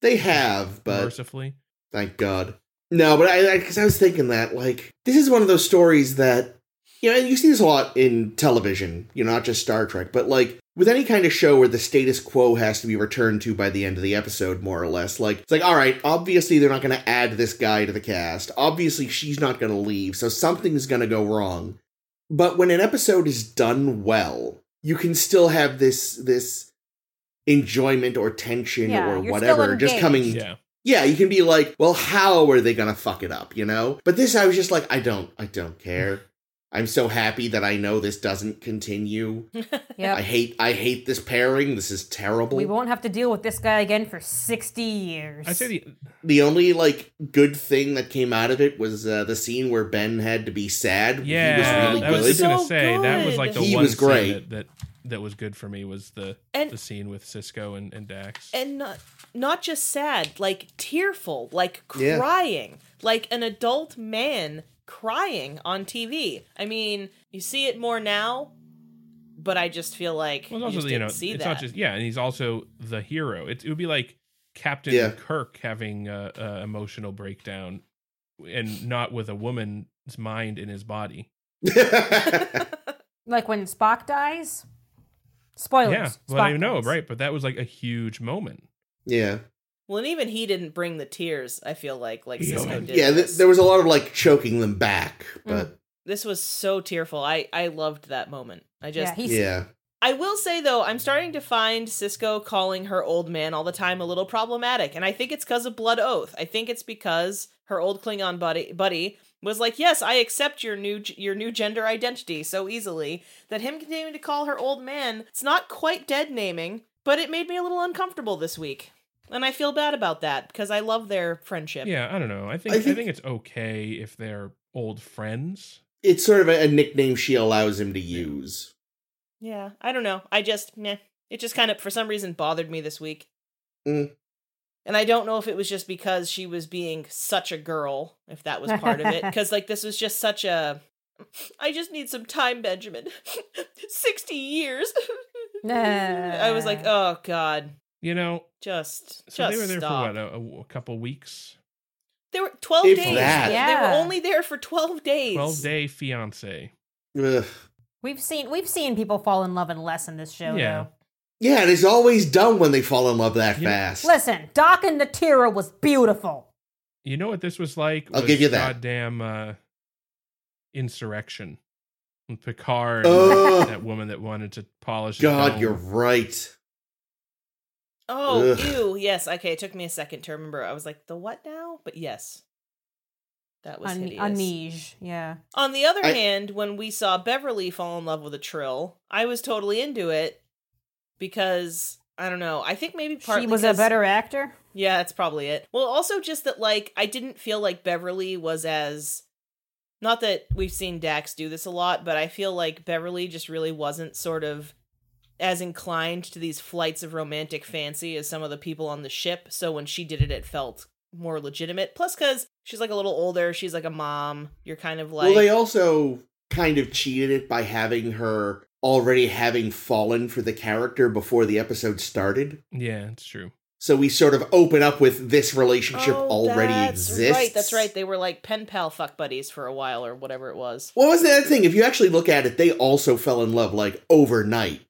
S3: They have, but
S2: mercifully.
S3: thank God. No, but I because I, was thinking that like this is one of those stories that you know and you see this a lot in television, you know, not just Star Trek, but like with any kind of show where the status quo has to be returned to by the end of the episode, more or less, like it's like, all right, obviously they're not going to add this guy to the cast. Obviously she's not going to leave, so something's going to go wrong. But when an episode is done well, you can still have this this enjoyment or tension
S4: Yeah,
S3: or
S4: you're still
S3: whatever just
S4: engaged.
S3: coming
S2: Yeah.
S3: yeah, you can be like, well, how are they gonna fuck it up, you know? But this, I was just like, I don't, I don't care. I'm so happy that I know this doesn't continue.
S4: Yep.
S3: I hate, I hate this pairing. This is terrible.
S4: we won't have to deal with this guy again for 60 years.
S2: I say the
S3: the only like good thing that came out of it was uh, the scene where Ben had to be sad.
S2: yeah.
S3: he was
S2: I
S3: really
S2: was
S3: good.
S2: just gonna
S1: So
S2: say that was like the
S3: good. He
S2: one
S3: was great.
S2: scene that, that that was good for me was the
S1: And-
S2: the scene with Cisco and, and Dax.
S1: and not not just sad, like tearful, like
S3: Yeah.
S1: crying, like an adult man crying on TV. I mean, you see it more now, but I just feel like
S2: Well,
S1: you
S2: it's also
S1: just
S2: you know,
S1: didn't
S2: it's
S1: see that.
S2: not just yeah, and he's also the hero. It, it would be like Captain
S3: Yeah.
S2: Kirk having a, a emotional breakdown, and not with a woman's mind in his body.
S4: like when Spock dies?
S1: Oh,
S4: Spoilers.
S2: yeah,
S4: Spock
S2: well, I know,
S4: dies.
S2: right? But that was like a huge moment.
S3: yeah,
S1: well, and even he didn't bring the tears. I feel like like
S2: Yeah.
S1: Cisco did.
S3: yeah. Th-
S1: this.
S3: there was a lot of like choking them back,
S4: Mm,
S3: but
S1: this was so tearful. I I loved that moment. I just
S4: yeah, he's,
S3: yeah,
S1: I will say though, I'm starting to find Cisco calling her old man all the time a little problematic, and I think it's because of Blood Oath. I think it's because her old Klingon buddy buddy was like, "Yes, I accept your new g- your new gender identity so easily." That him continuing to call her old man, it's not quite dead naming, but it made me a little uncomfortable this week, and I feel bad about that because I love their friendship.
S2: Yeah, I don't know. I think I
S3: I
S2: think,
S3: think-
S2: it's okay if they're old friends.
S3: it's sort of a, a nickname she allows him to use.
S1: Yeah, I don't know. I just meh. It just kind of for some reason bothered me this week.
S3: Mm.
S1: And I don't know if it was just because she was being such a girl, if that was part of it, because like this was just such a. I just need some time, Benjamin. Sixty years. I was like, oh god,
S2: You know,
S1: just
S2: so
S1: just
S2: they were there
S1: stop.
S2: for what a, a couple weeks,
S1: They were twelve
S3: If
S1: days.
S3: that.
S1: They
S4: Yeah.
S1: were only there for twelve days.
S2: twelve day fiance.
S3: Ugh.
S4: We've seen we've seen people fall in love in less in this show.
S2: Yeah.
S3: Yeah, and it's always dumb when they fall in love that
S2: Yeah.
S3: fast.
S4: though. Listen, Doc and Natira was beautiful.
S2: You know what this was like?
S3: I'll
S2: Was
S3: give you that.
S2: Goddamn uh, insurrection. When Picard,
S3: Oh.
S2: that woman that wanted to polish. his
S3: God,
S2: dome.
S3: you're right.
S1: Oh,
S3: Ugh.
S1: ew. Yes. Okay. It took me a second to remember. I was like, the what now? But yes. That was
S4: An-
S1: hideous.
S4: Anige, yeah.
S1: On the other
S3: I-
S1: hand, when we saw Beverly fall in love with a Trill, I was totally into it because I don't know. I think maybe partly
S4: she was a
S1: because-
S4: better actor.
S1: Yeah, that's probably it. Well, also just that like I didn't feel like Beverly was as not that we've seen Dax do this a lot, but I feel like Beverly just really wasn't sort of as inclined to these flights of romantic fancy as some of the people on the ship. So when she did it, it felt more legitimate. Plus, because she's like a little older, she's like a mom. You're kind of like
S3: well, they also kind of cheated it by having her already having fallen for the character before the episode started.
S2: Yeah, it's true.
S3: So we sort of open up with this relationship
S1: Oh,
S3: already
S1: that's
S3: exists.
S1: Right, that's right. They were like pen pal fuck buddies for a while or whatever it was.
S3: What was the other thing? If you actually look at it, they also fell in love like overnight.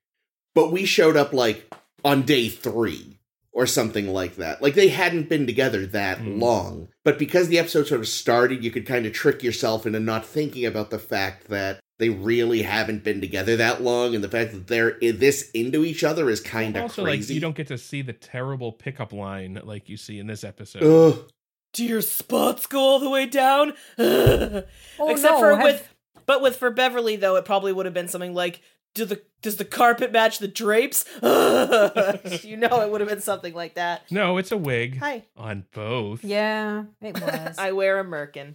S3: But we showed up like on day three or something like that. Like they hadn't been together that
S2: Hmm.
S3: long. But because the episode sort of started, you could kind of trick yourself into not thinking about the fact that they really haven't been together that long and the fact that they're i- this into each other is kind of
S2: also, like
S3: crazy.
S2: you don't get to see the terrible pickup line like you see in this episode.
S3: Ugh.
S1: Do your spots go all the way down?
S4: Oh,
S1: Except
S4: no,
S1: for
S4: have-
S1: with, but with for Beverly though, it probably would have been something like, "Do the does the carpet match the drapes?" you know, it would have been something like that.
S2: No, it's a wig
S1: Hi,
S2: on both.
S4: Yeah, it was.
S1: I wear a merkin.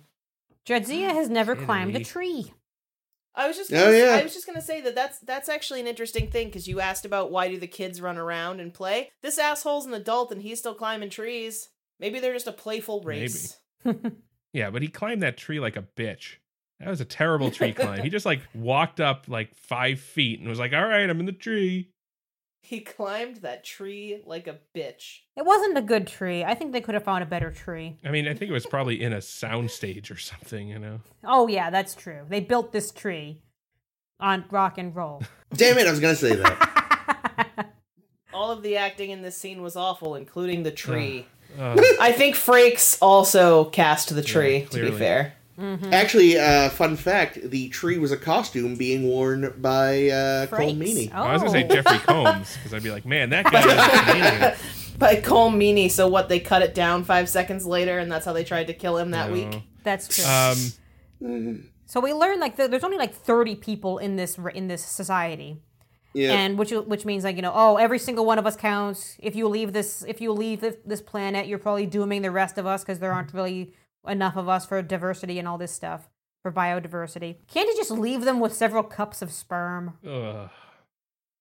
S4: Dredzia has never
S2: Shitty.
S4: climbed a tree.
S1: I was just
S3: Oh,
S1: gonna,
S3: yeah.
S1: I was just gonna say that that's that's actually an interesting thing because you asked about why do the kids run around and play. This asshole's an adult and he's still climbing trees. Maybe they're just a playful race.
S2: Yeah, but he climbed that tree like a bitch. That was a terrible tree climb. He just like walked up like five feet and was like, "All right, I'm in the tree."
S1: He climbed that tree like a bitch.
S4: It wasn't a good tree. I think they could have found a better tree.
S2: I mean, I think it was probably in a soundstage or something. You know,
S4: Oh yeah, that's true. They built this tree on rock and roll.
S3: Damn it, I was going to say that.
S1: All of the acting in this scene was awful, including the tree.
S2: Ugh.
S1: I think Frakes also cast the tree, to be
S2: clearly.
S1: fair.
S4: Hmm.
S3: Actually, uh, fun fact: the tree was a costume being worn by uh, Cole
S4: Frakes.
S3: Meany.
S4: Oh.
S2: I was gonna say Jeffrey Combs because I'd be like, man, that guy. Is an alien."
S1: By Cole Meany, so what, they cut it down five seconds later, and that's how they tried to kill him that
S2: No.
S1: week?
S4: That's true.
S2: Um,
S4: so we learned like th- there's only like 30 people in this r- in this society.
S3: Yeah.
S4: and which which means like you know oh every single one of us counts if you leave this if you leave thi- this planet you're probably dooming the rest of us because there aren't really enough of us for diversity and all this stuff for biodiversity can't you just leave them with several cups of sperm
S2: ugh.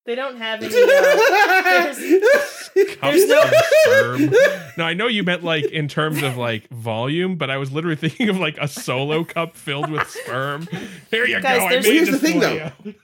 S1: They don't have any. Uh,
S2: Cups
S1: no-
S2: of sperm. No, I know you meant like in terms of like volume, but I was literally thinking of like a solo cup filled with sperm. Here you
S1: Guys,
S2: go. I
S1: there's-
S2: made
S3: Here's
S2: this
S3: the thing,
S2: for
S3: though.
S2: you.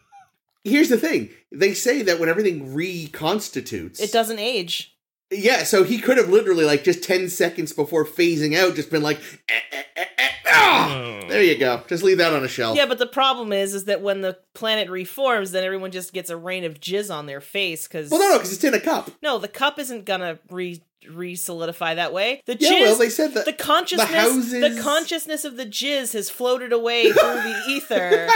S3: Here's the thing: they say that when everything reconstitutes,
S1: it doesn't age.
S3: Yeah, so he could have literally like just ten seconds before phasing out, just been like, eh, eh, eh, eh, ah!
S2: Oh.
S3: there you go. Just leave that on a shelf.
S1: Yeah, but the problem is, is that when the planet reforms, then everyone just gets a rain of jizz on their face because
S3: Well, no, no, because it's in a cup.
S1: no, the cup isn't gonna re re solidify that way. The jizz,
S3: Yeah, well, they said that.
S1: the consciousness, the,
S3: houses-
S1: consciousness of the jizz has floated away through the ether.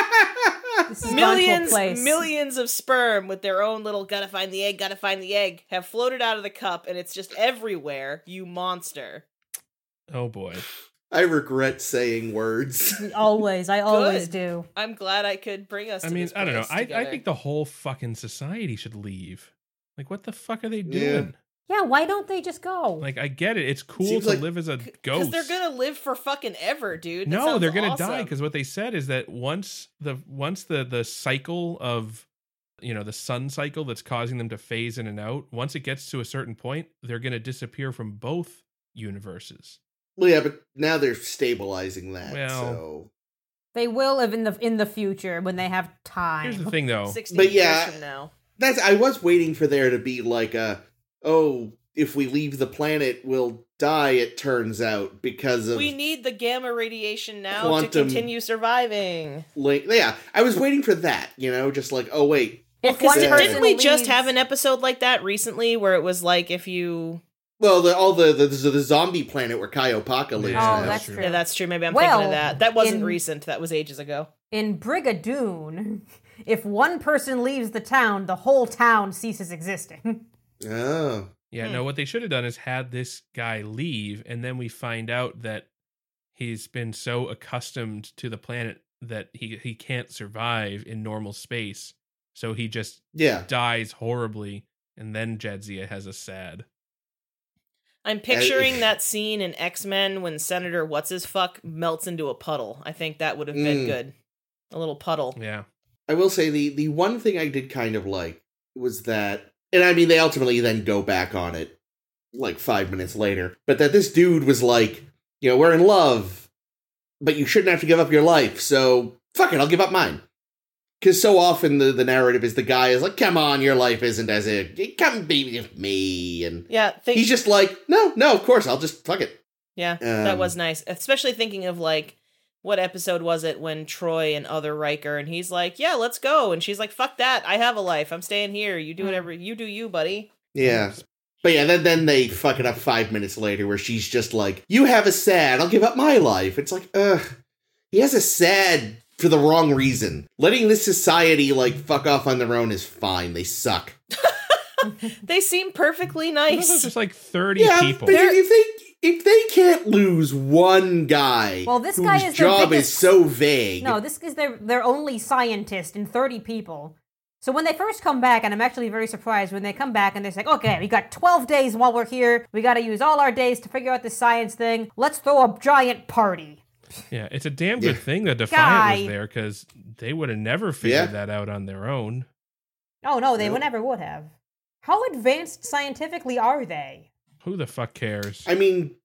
S4: this is
S1: millions,
S4: place.
S1: millions of sperm with their own little "gotta find the egg, gotta find the egg" have floated out of the cup, and it's just everywhere. You monster.
S2: Oh boy.
S3: I regret saying words.
S4: always i always
S1: Good.
S4: do
S1: I'm glad I could bring us.
S2: I
S1: to
S2: mean,
S1: this
S2: I don't know.
S1: place
S2: I, I
S1: together.
S2: think the whole fucking society should leave. Like, what the fuck are they
S3: Yeah.
S2: doing?
S4: yeah why don't they just go
S2: Like, I get it. It's cool
S3: Seems
S2: to
S3: like-
S2: live as a
S1: Because
S2: ghost.
S1: they're gonna live for fucking ever, dude. That
S2: no,
S1: sounds
S2: they're gonna die
S1: awesome.
S2: because what they said is that once the once the the cycle of you know the sun cycle that's causing them to phase in and out once it gets to a certain point they're gonna disappear from both universes.
S3: well, yeah, but now they're stabilizing that.
S2: Well.
S3: so.
S4: they will live in the in the future when they have
S2: Here's
S4: time
S2: the thing, though.
S1: sixty
S3: But
S1: years
S3: yeah.
S1: from now.
S3: that's I was waiting for there to be like a oh if we leave the planet we'll die. It turns out because of
S1: We need the gamma radiation now to
S3: Quantum-
S1: continue surviving.
S3: like yeah. I was waiting for that. You know, just like oh wait.
S4: if
S1: Because
S4: one
S3: Yeah.
S1: didn't
S4: person
S1: we just
S4: leaves-
S1: have an episode like that recently where it was like if you
S3: Well, the, all the, the the zombie planet where Kaiopaka lives.
S2: Yeah,
S4: oh
S3: now.
S4: that's
S2: true.
S4: true
S1: Yeah, that's true. Maybe I'm
S4: Well,
S1: thinking of that. That wasn't
S4: in-
S1: recent. That was ages ago.
S4: In Brigadoon, if one person leaves the town, the whole town ceases existing.
S3: oh.
S2: Yeah,
S1: Hmm.
S2: no, what they should have done is had this guy leave, and then we find out that he's been so accustomed to the planet that he he can't survive in normal space, so he just
S3: Yeah.
S2: dies horribly, and then Jadzia has a sad.
S1: I'm picturing that scene in X Men when Senator What's His Fuck melts into a puddle. I think that would have been
S3: Mm.
S1: good. A little puddle.
S2: Yeah,
S3: I will say the the one thing I did kind of like was that, and I mean they ultimately then go back on it like five minutes later, but that this dude was like, you know, we're in love, but you shouldn't have to give up your life, so fuck it, I'll give up mine. Because so often the, the narrative is the guy is like, come on, your life isn't as it, come be with me, and
S1: Yeah, think,
S3: he's just like, no, no, of course, I'll just fuck it.
S1: yeah,
S3: Um,
S1: that was nice. Especially thinking of like what episode was it when Troy and other Riker and he's like, "Yeah, let's go," and she's like, "Fuck that! I have a life. I'm staying here. You do
S3: Mm.
S1: whatever you do, you buddy."
S3: Yeah. But yeah, then then they fuck it up five minutes later where she's just like, You have a sad, I'll give up my life. It's like, ugh. He has a sad for the wrong reason. Letting this society like fuck off on their own is fine. They suck.
S1: They seem perfectly
S2: Well, those are
S1: nice.
S2: just like thirty
S3: Yeah,
S2: people.
S3: but if they if they can't lose one guy
S4: Well, this
S3: whose
S4: guy is their
S3: job
S4: biggest-
S3: is so vague.
S4: No, this is their their only scientist and 30 people. So when they first come back, and I'm actually very surprised when they come back and they're like, okay, we got 12 days while we're here. We got to use all our days to figure out this science thing. Let's throw a giant party.
S2: Yeah, it's a damn good
S3: Yeah.
S2: thing that Defiant
S4: Guy.
S2: was there because they would have never figured
S3: Yeah.
S2: that out on their own.
S4: Oh, no, they
S3: Yeah.
S4: would never would have. How advanced scientifically are they?
S2: Who the fuck cares?
S3: I mean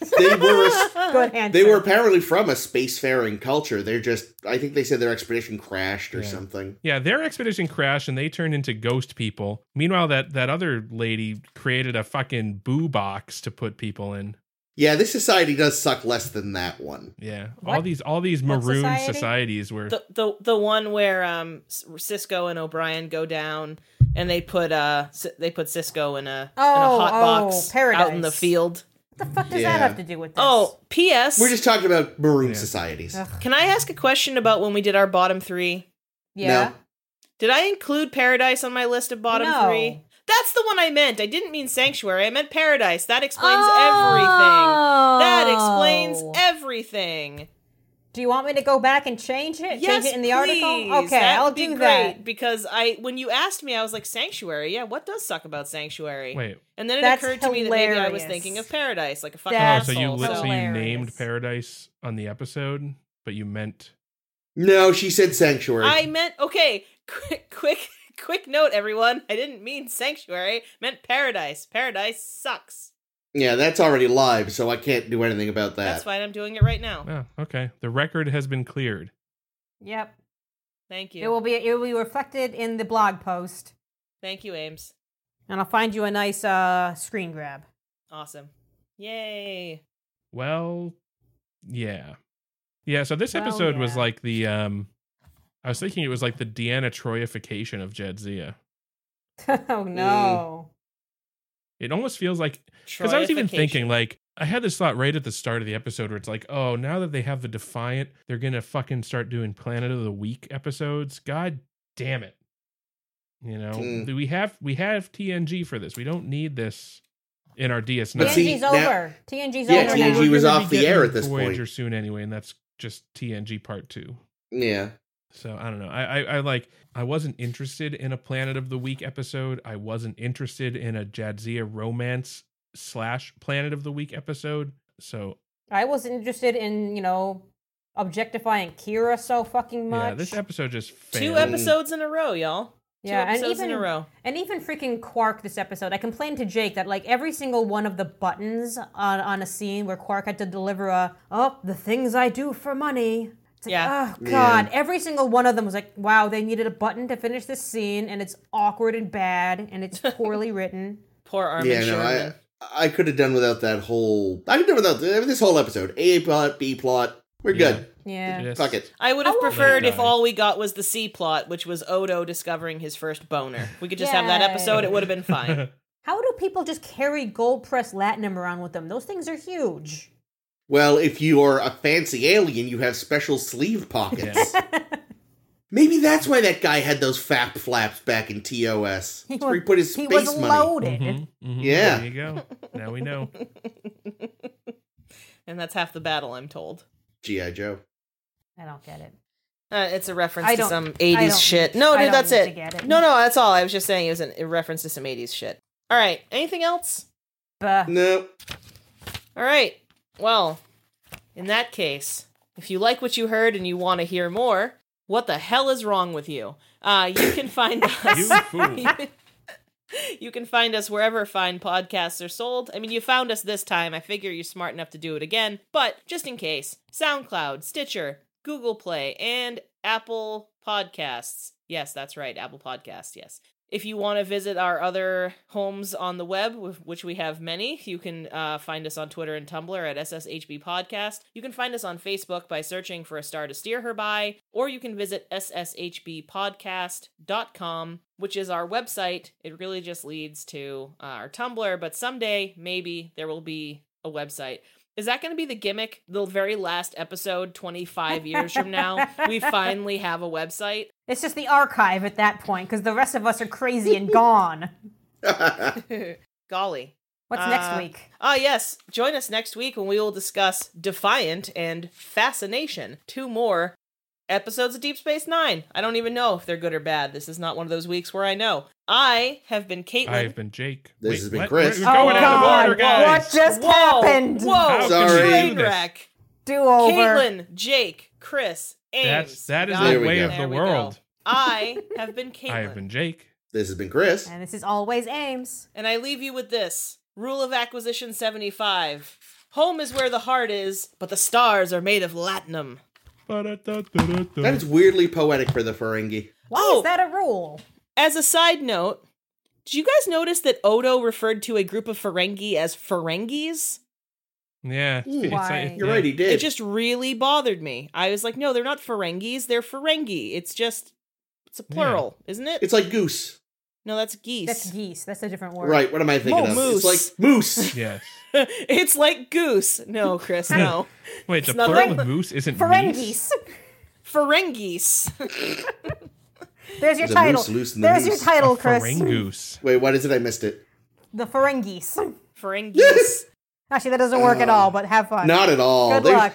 S3: they were a,
S1: Uh-huh.
S4: Good answer.
S3: they were apparently from a spacefaring culture. They're just I think they said their expedition crashed or
S2: Yeah.
S3: something.
S2: Yeah, their expedition crashed and they turned into ghost people. Meanwhile, that that other lady created a fucking boo box to put people in.
S3: Yeah, this society does suck less than that one.
S2: Yeah, all
S4: What?
S2: these all these
S4: What
S2: maroon
S4: society?
S2: societies were
S1: the the the one where um Cisco and O'Brien go down and they put uh S- they put Cisco in a
S4: Oh,
S1: in a hot
S4: oh,
S1: box out in
S4: paradise.
S1: the field.
S4: What the fuck does
S3: Yeah.
S4: that have to do with this?
S1: Oh, P.S.
S3: We're just talking about maroon
S2: Yeah.
S3: societies.
S4: Ugh.
S1: Can I ask a question about when we did our bottom three?
S4: yeah.
S1: Did I include Paradise on my list of bottom
S4: No.
S1: three? That's the one I meant. I didn't mean Sanctuary. I meant Paradise. That explains everything. That explains
S4: Oh.
S1: everything.
S4: Do you want me to go back and change it?
S1: Yes,
S4: change it in the article?
S1: please.
S4: Okay,
S1: That
S4: I'll
S1: would be
S4: do
S1: great
S4: that.
S1: because I, when you asked me, I was like Sanctuary. Yeah, what does suck about Sanctuary?
S2: Wait.
S1: and then it
S4: That's
S1: occurred to me that maybe I was
S4: hilarious.
S1: thinking of Paradise, like a fucking
S2: Oh,
S4: That's
S2: so
S1: asshole.
S2: you
S4: lit-
S2: so you named
S4: hilarious.
S2: Paradise on the episode, but you meant
S3: No, she said sanctuary.
S1: I meant okay. Quick, quick, quick note, everyone. I didn't mean Sanctuary. Meant Paradise. Paradise sucks.
S3: yeah, that's already live, so I can't do anything about that.
S1: That's fine. I'm doing it right now.
S2: oh, okay. The record has been cleared.
S4: Yep.
S1: Thank
S4: It
S1: you.
S4: will be it will be reflected in the blog post.
S1: Thank you, Ames.
S4: And I'll find you a nice uh screen grab.
S1: Awesome. Yay.
S2: Well, yeah. Yeah, so this
S4: Well,
S2: episode was
S4: yeah.
S2: like the um I was thinking it was like the Deanna Troyification of Jedzia.
S1: Mm.
S4: oh no.
S2: It almost feels like because I was even
S1: Troyification.
S2: thinking like I had this thought right at the start of the episode where it's like, oh, now that they have the Defiant, they're gonna fucking start doing Planet of the Week episodes. God damn it! You know,
S3: Mm.
S2: do we have we have TNG for this. We don't need this in our DS9.
S3: But see,
S4: TNG's
S3: now-
S4: over. TNG's
S3: Yeah,
S4: over
S2: We're
S3: TNG
S4: now.
S3: was
S2: gonna
S3: off
S2: be
S3: the air
S2: getting
S3: at this point.
S2: Voyager soon anyway, and that's just TNG Part Two.
S3: yeah.
S2: So I don't know. I, I I like I wasn't interested in a Planet of the Week episode. I wasn't interested in a Jadzia romance slash Planet of the Week episode. So
S4: I was interested in, you know, objectifying Kira so fucking much.
S2: yeah, this episode just
S1: Two
S2: failed.
S1: episodes in a row, y'all.
S4: Yeah,
S1: Two
S4: and
S1: episodes in
S4: even-
S1: a row.
S4: And even freaking Quark this episode, I complained to Jake that like every single one of the buttons on, on a scene where Quark had to deliver a oh the things I do for money. It's like,
S1: Yeah.
S4: Oh God! Every single one of them was like, wow, they needed a button to finish this scene, and it's awkward and bad, and it's poorly written.
S1: Poor Armin
S3: yeah, no,
S1: Sherman.
S3: I I could have done without that whole. I could have done without I mean, this whole episode. A plot, B plot. We're
S2: Yeah.
S3: good.
S4: Yeah.
S2: Just-
S3: Fuck it.
S1: I would have
S4: I want-
S1: preferred
S2: Let it
S1: if
S2: die.
S1: all we got was the C plot, which was Odo discovering his first boner. We could just have that
S4: Yay.
S1: episode; it would have been
S2: Mm-hmm,
S1: fine.
S4: How do people just carry gold pressed latinum around with them? Those things are huge.
S3: Well, if you are a fancy alien, you have special sleeve pockets.
S4: Yeah.
S3: Maybe that's why that guy had those fap flaps back in TOS. That's where he put his
S4: he
S3: space
S4: was
S3: money. Mm-hmm.
S4: loaded.
S2: Mhm, mhm,
S3: Yeah.
S2: There you go. Now we know.
S1: and that's half the battle, I'm told.
S3: GI Joe.
S4: I don't get it.
S1: Uh, it's a reference
S4: I
S1: to
S4: don't-
S1: some
S4: I
S1: '80s
S4: don't-
S1: shit. No,
S4: I
S1: dude,
S4: don't
S1: that's
S4: need
S1: it.
S4: to get it.
S1: No, no, that's all. I was just saying it was an, a reference to some '80s shit. All right. Anything else?
S4: Bah.
S3: No,
S1: All right. Well, in that case, if you like what you heard and you want to hear more, what the hell is wrong with you? Uh, you can find
S2: You
S1: us.
S2: fool.
S1: you can find us wherever fine podcasts are sold. I mean, you found us this time. I figure you're smart enough to do it again. But just in case, SoundCloud, Stitcher, Google Play, and Apple Podcasts. Yes, that's right. Apple Podcasts. Yes. If you want to visit our other homes on the web, wh- which we have many, you can uh, find us on Twitter and Tumblr at SSHB Podcast. You can find us on Facebook by searching for a star to steer her by, or you can visit sshbpodcast.com, which is our website. It really just leads to uh, our Tumblr, but someday, maybe, there will be a website. Is that going to be the gimmick? The very last episode, 25 years from now, we finally have a website?
S4: It's just the archive at that point because the rest of us are crazy and gone.
S1: Golly.
S4: What's
S1: Uh,
S4: next week?
S1: Ah, yes. Join us next week when we will discuss Defiant and Fascination, two more episodes of Deep Space Nine. I don't even know if they're good or bad. This is not one of those weeks where I know. I have been Caitlin.
S2: I've been Jake.
S3: This
S2: Wait,
S3: has been
S2: what?
S3: Chris.
S2: We're going
S4: oh,
S2: out
S4: God.
S2: the water, guys.
S4: What just
S1: Whoa,
S4: happened?
S1: Whoa!
S2: How
S3: could you
S1: Train
S3: do
S2: this?
S1: wreck.
S4: Do over.
S1: Caitlin, Jake, Chris, Ames.
S2: That's that is
S1: God,
S3: There
S2: the
S3: we
S2: way
S3: go.
S2: of the
S1: there we go.
S2: world.
S1: I have been Caitlin.
S2: I have been Jake.
S3: this has been Chris.
S4: And this is always Ames.
S1: And I leave you with this rule of acquisition 75. Home is where the heart is, but the stars are made of latinum.
S3: That is weirdly poetic for the Ferengi.
S4: Why
S1: Oh.
S4: is that a rule?
S1: As a side note, did you guys notice that Odo referred to a group of Ferengi as Ferengis?
S2: Yeah. it's like-
S3: You're
S2: yeah.
S3: right, he did.
S1: It just really bothered me. I was like, no, they're not Ferengis, they're Ferengi. It's just, it's a plural, isn't it?
S3: it's like goose.
S1: No, that's geese.
S4: That's geese. That's a different word.
S3: Right. What am I thinking
S1: Mo-
S3: of?
S1: moose.
S3: It's like moose.
S2: Yes.
S1: it's like goose. No, Chris, no.
S2: Wait, the
S1: not
S2: plural
S1: like-
S2: of moose isn't meese?
S4: Ferengis.
S1: Ferengis.
S4: There's your
S3: There's a
S4: title.
S3: moose loose in the
S4: There's your
S3: noose.
S4: title, Chris.
S2: Ferengus.
S3: Wait, what is it? I missed it.
S4: The Ferengis.
S1: Ferengis.
S4: Actually, that doesn't work at all. But have fun.
S3: Uh, Not at all.
S4: Good
S3: There's-
S4: luck.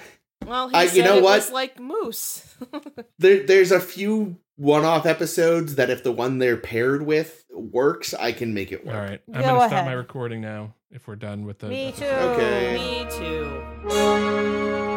S1: Well, he
S3: I- you
S1: said
S3: know
S1: it
S3: what?
S1: was like moose.
S3: there there's a few one-off episodes that if the one they're paired with works, I can make it
S2: All
S3: work.
S2: right. I'm
S4: Go
S2: going to stop
S4: ahead.
S2: my recording now if we're done with the
S4: Me too.
S3: Okay.
S1: Me too.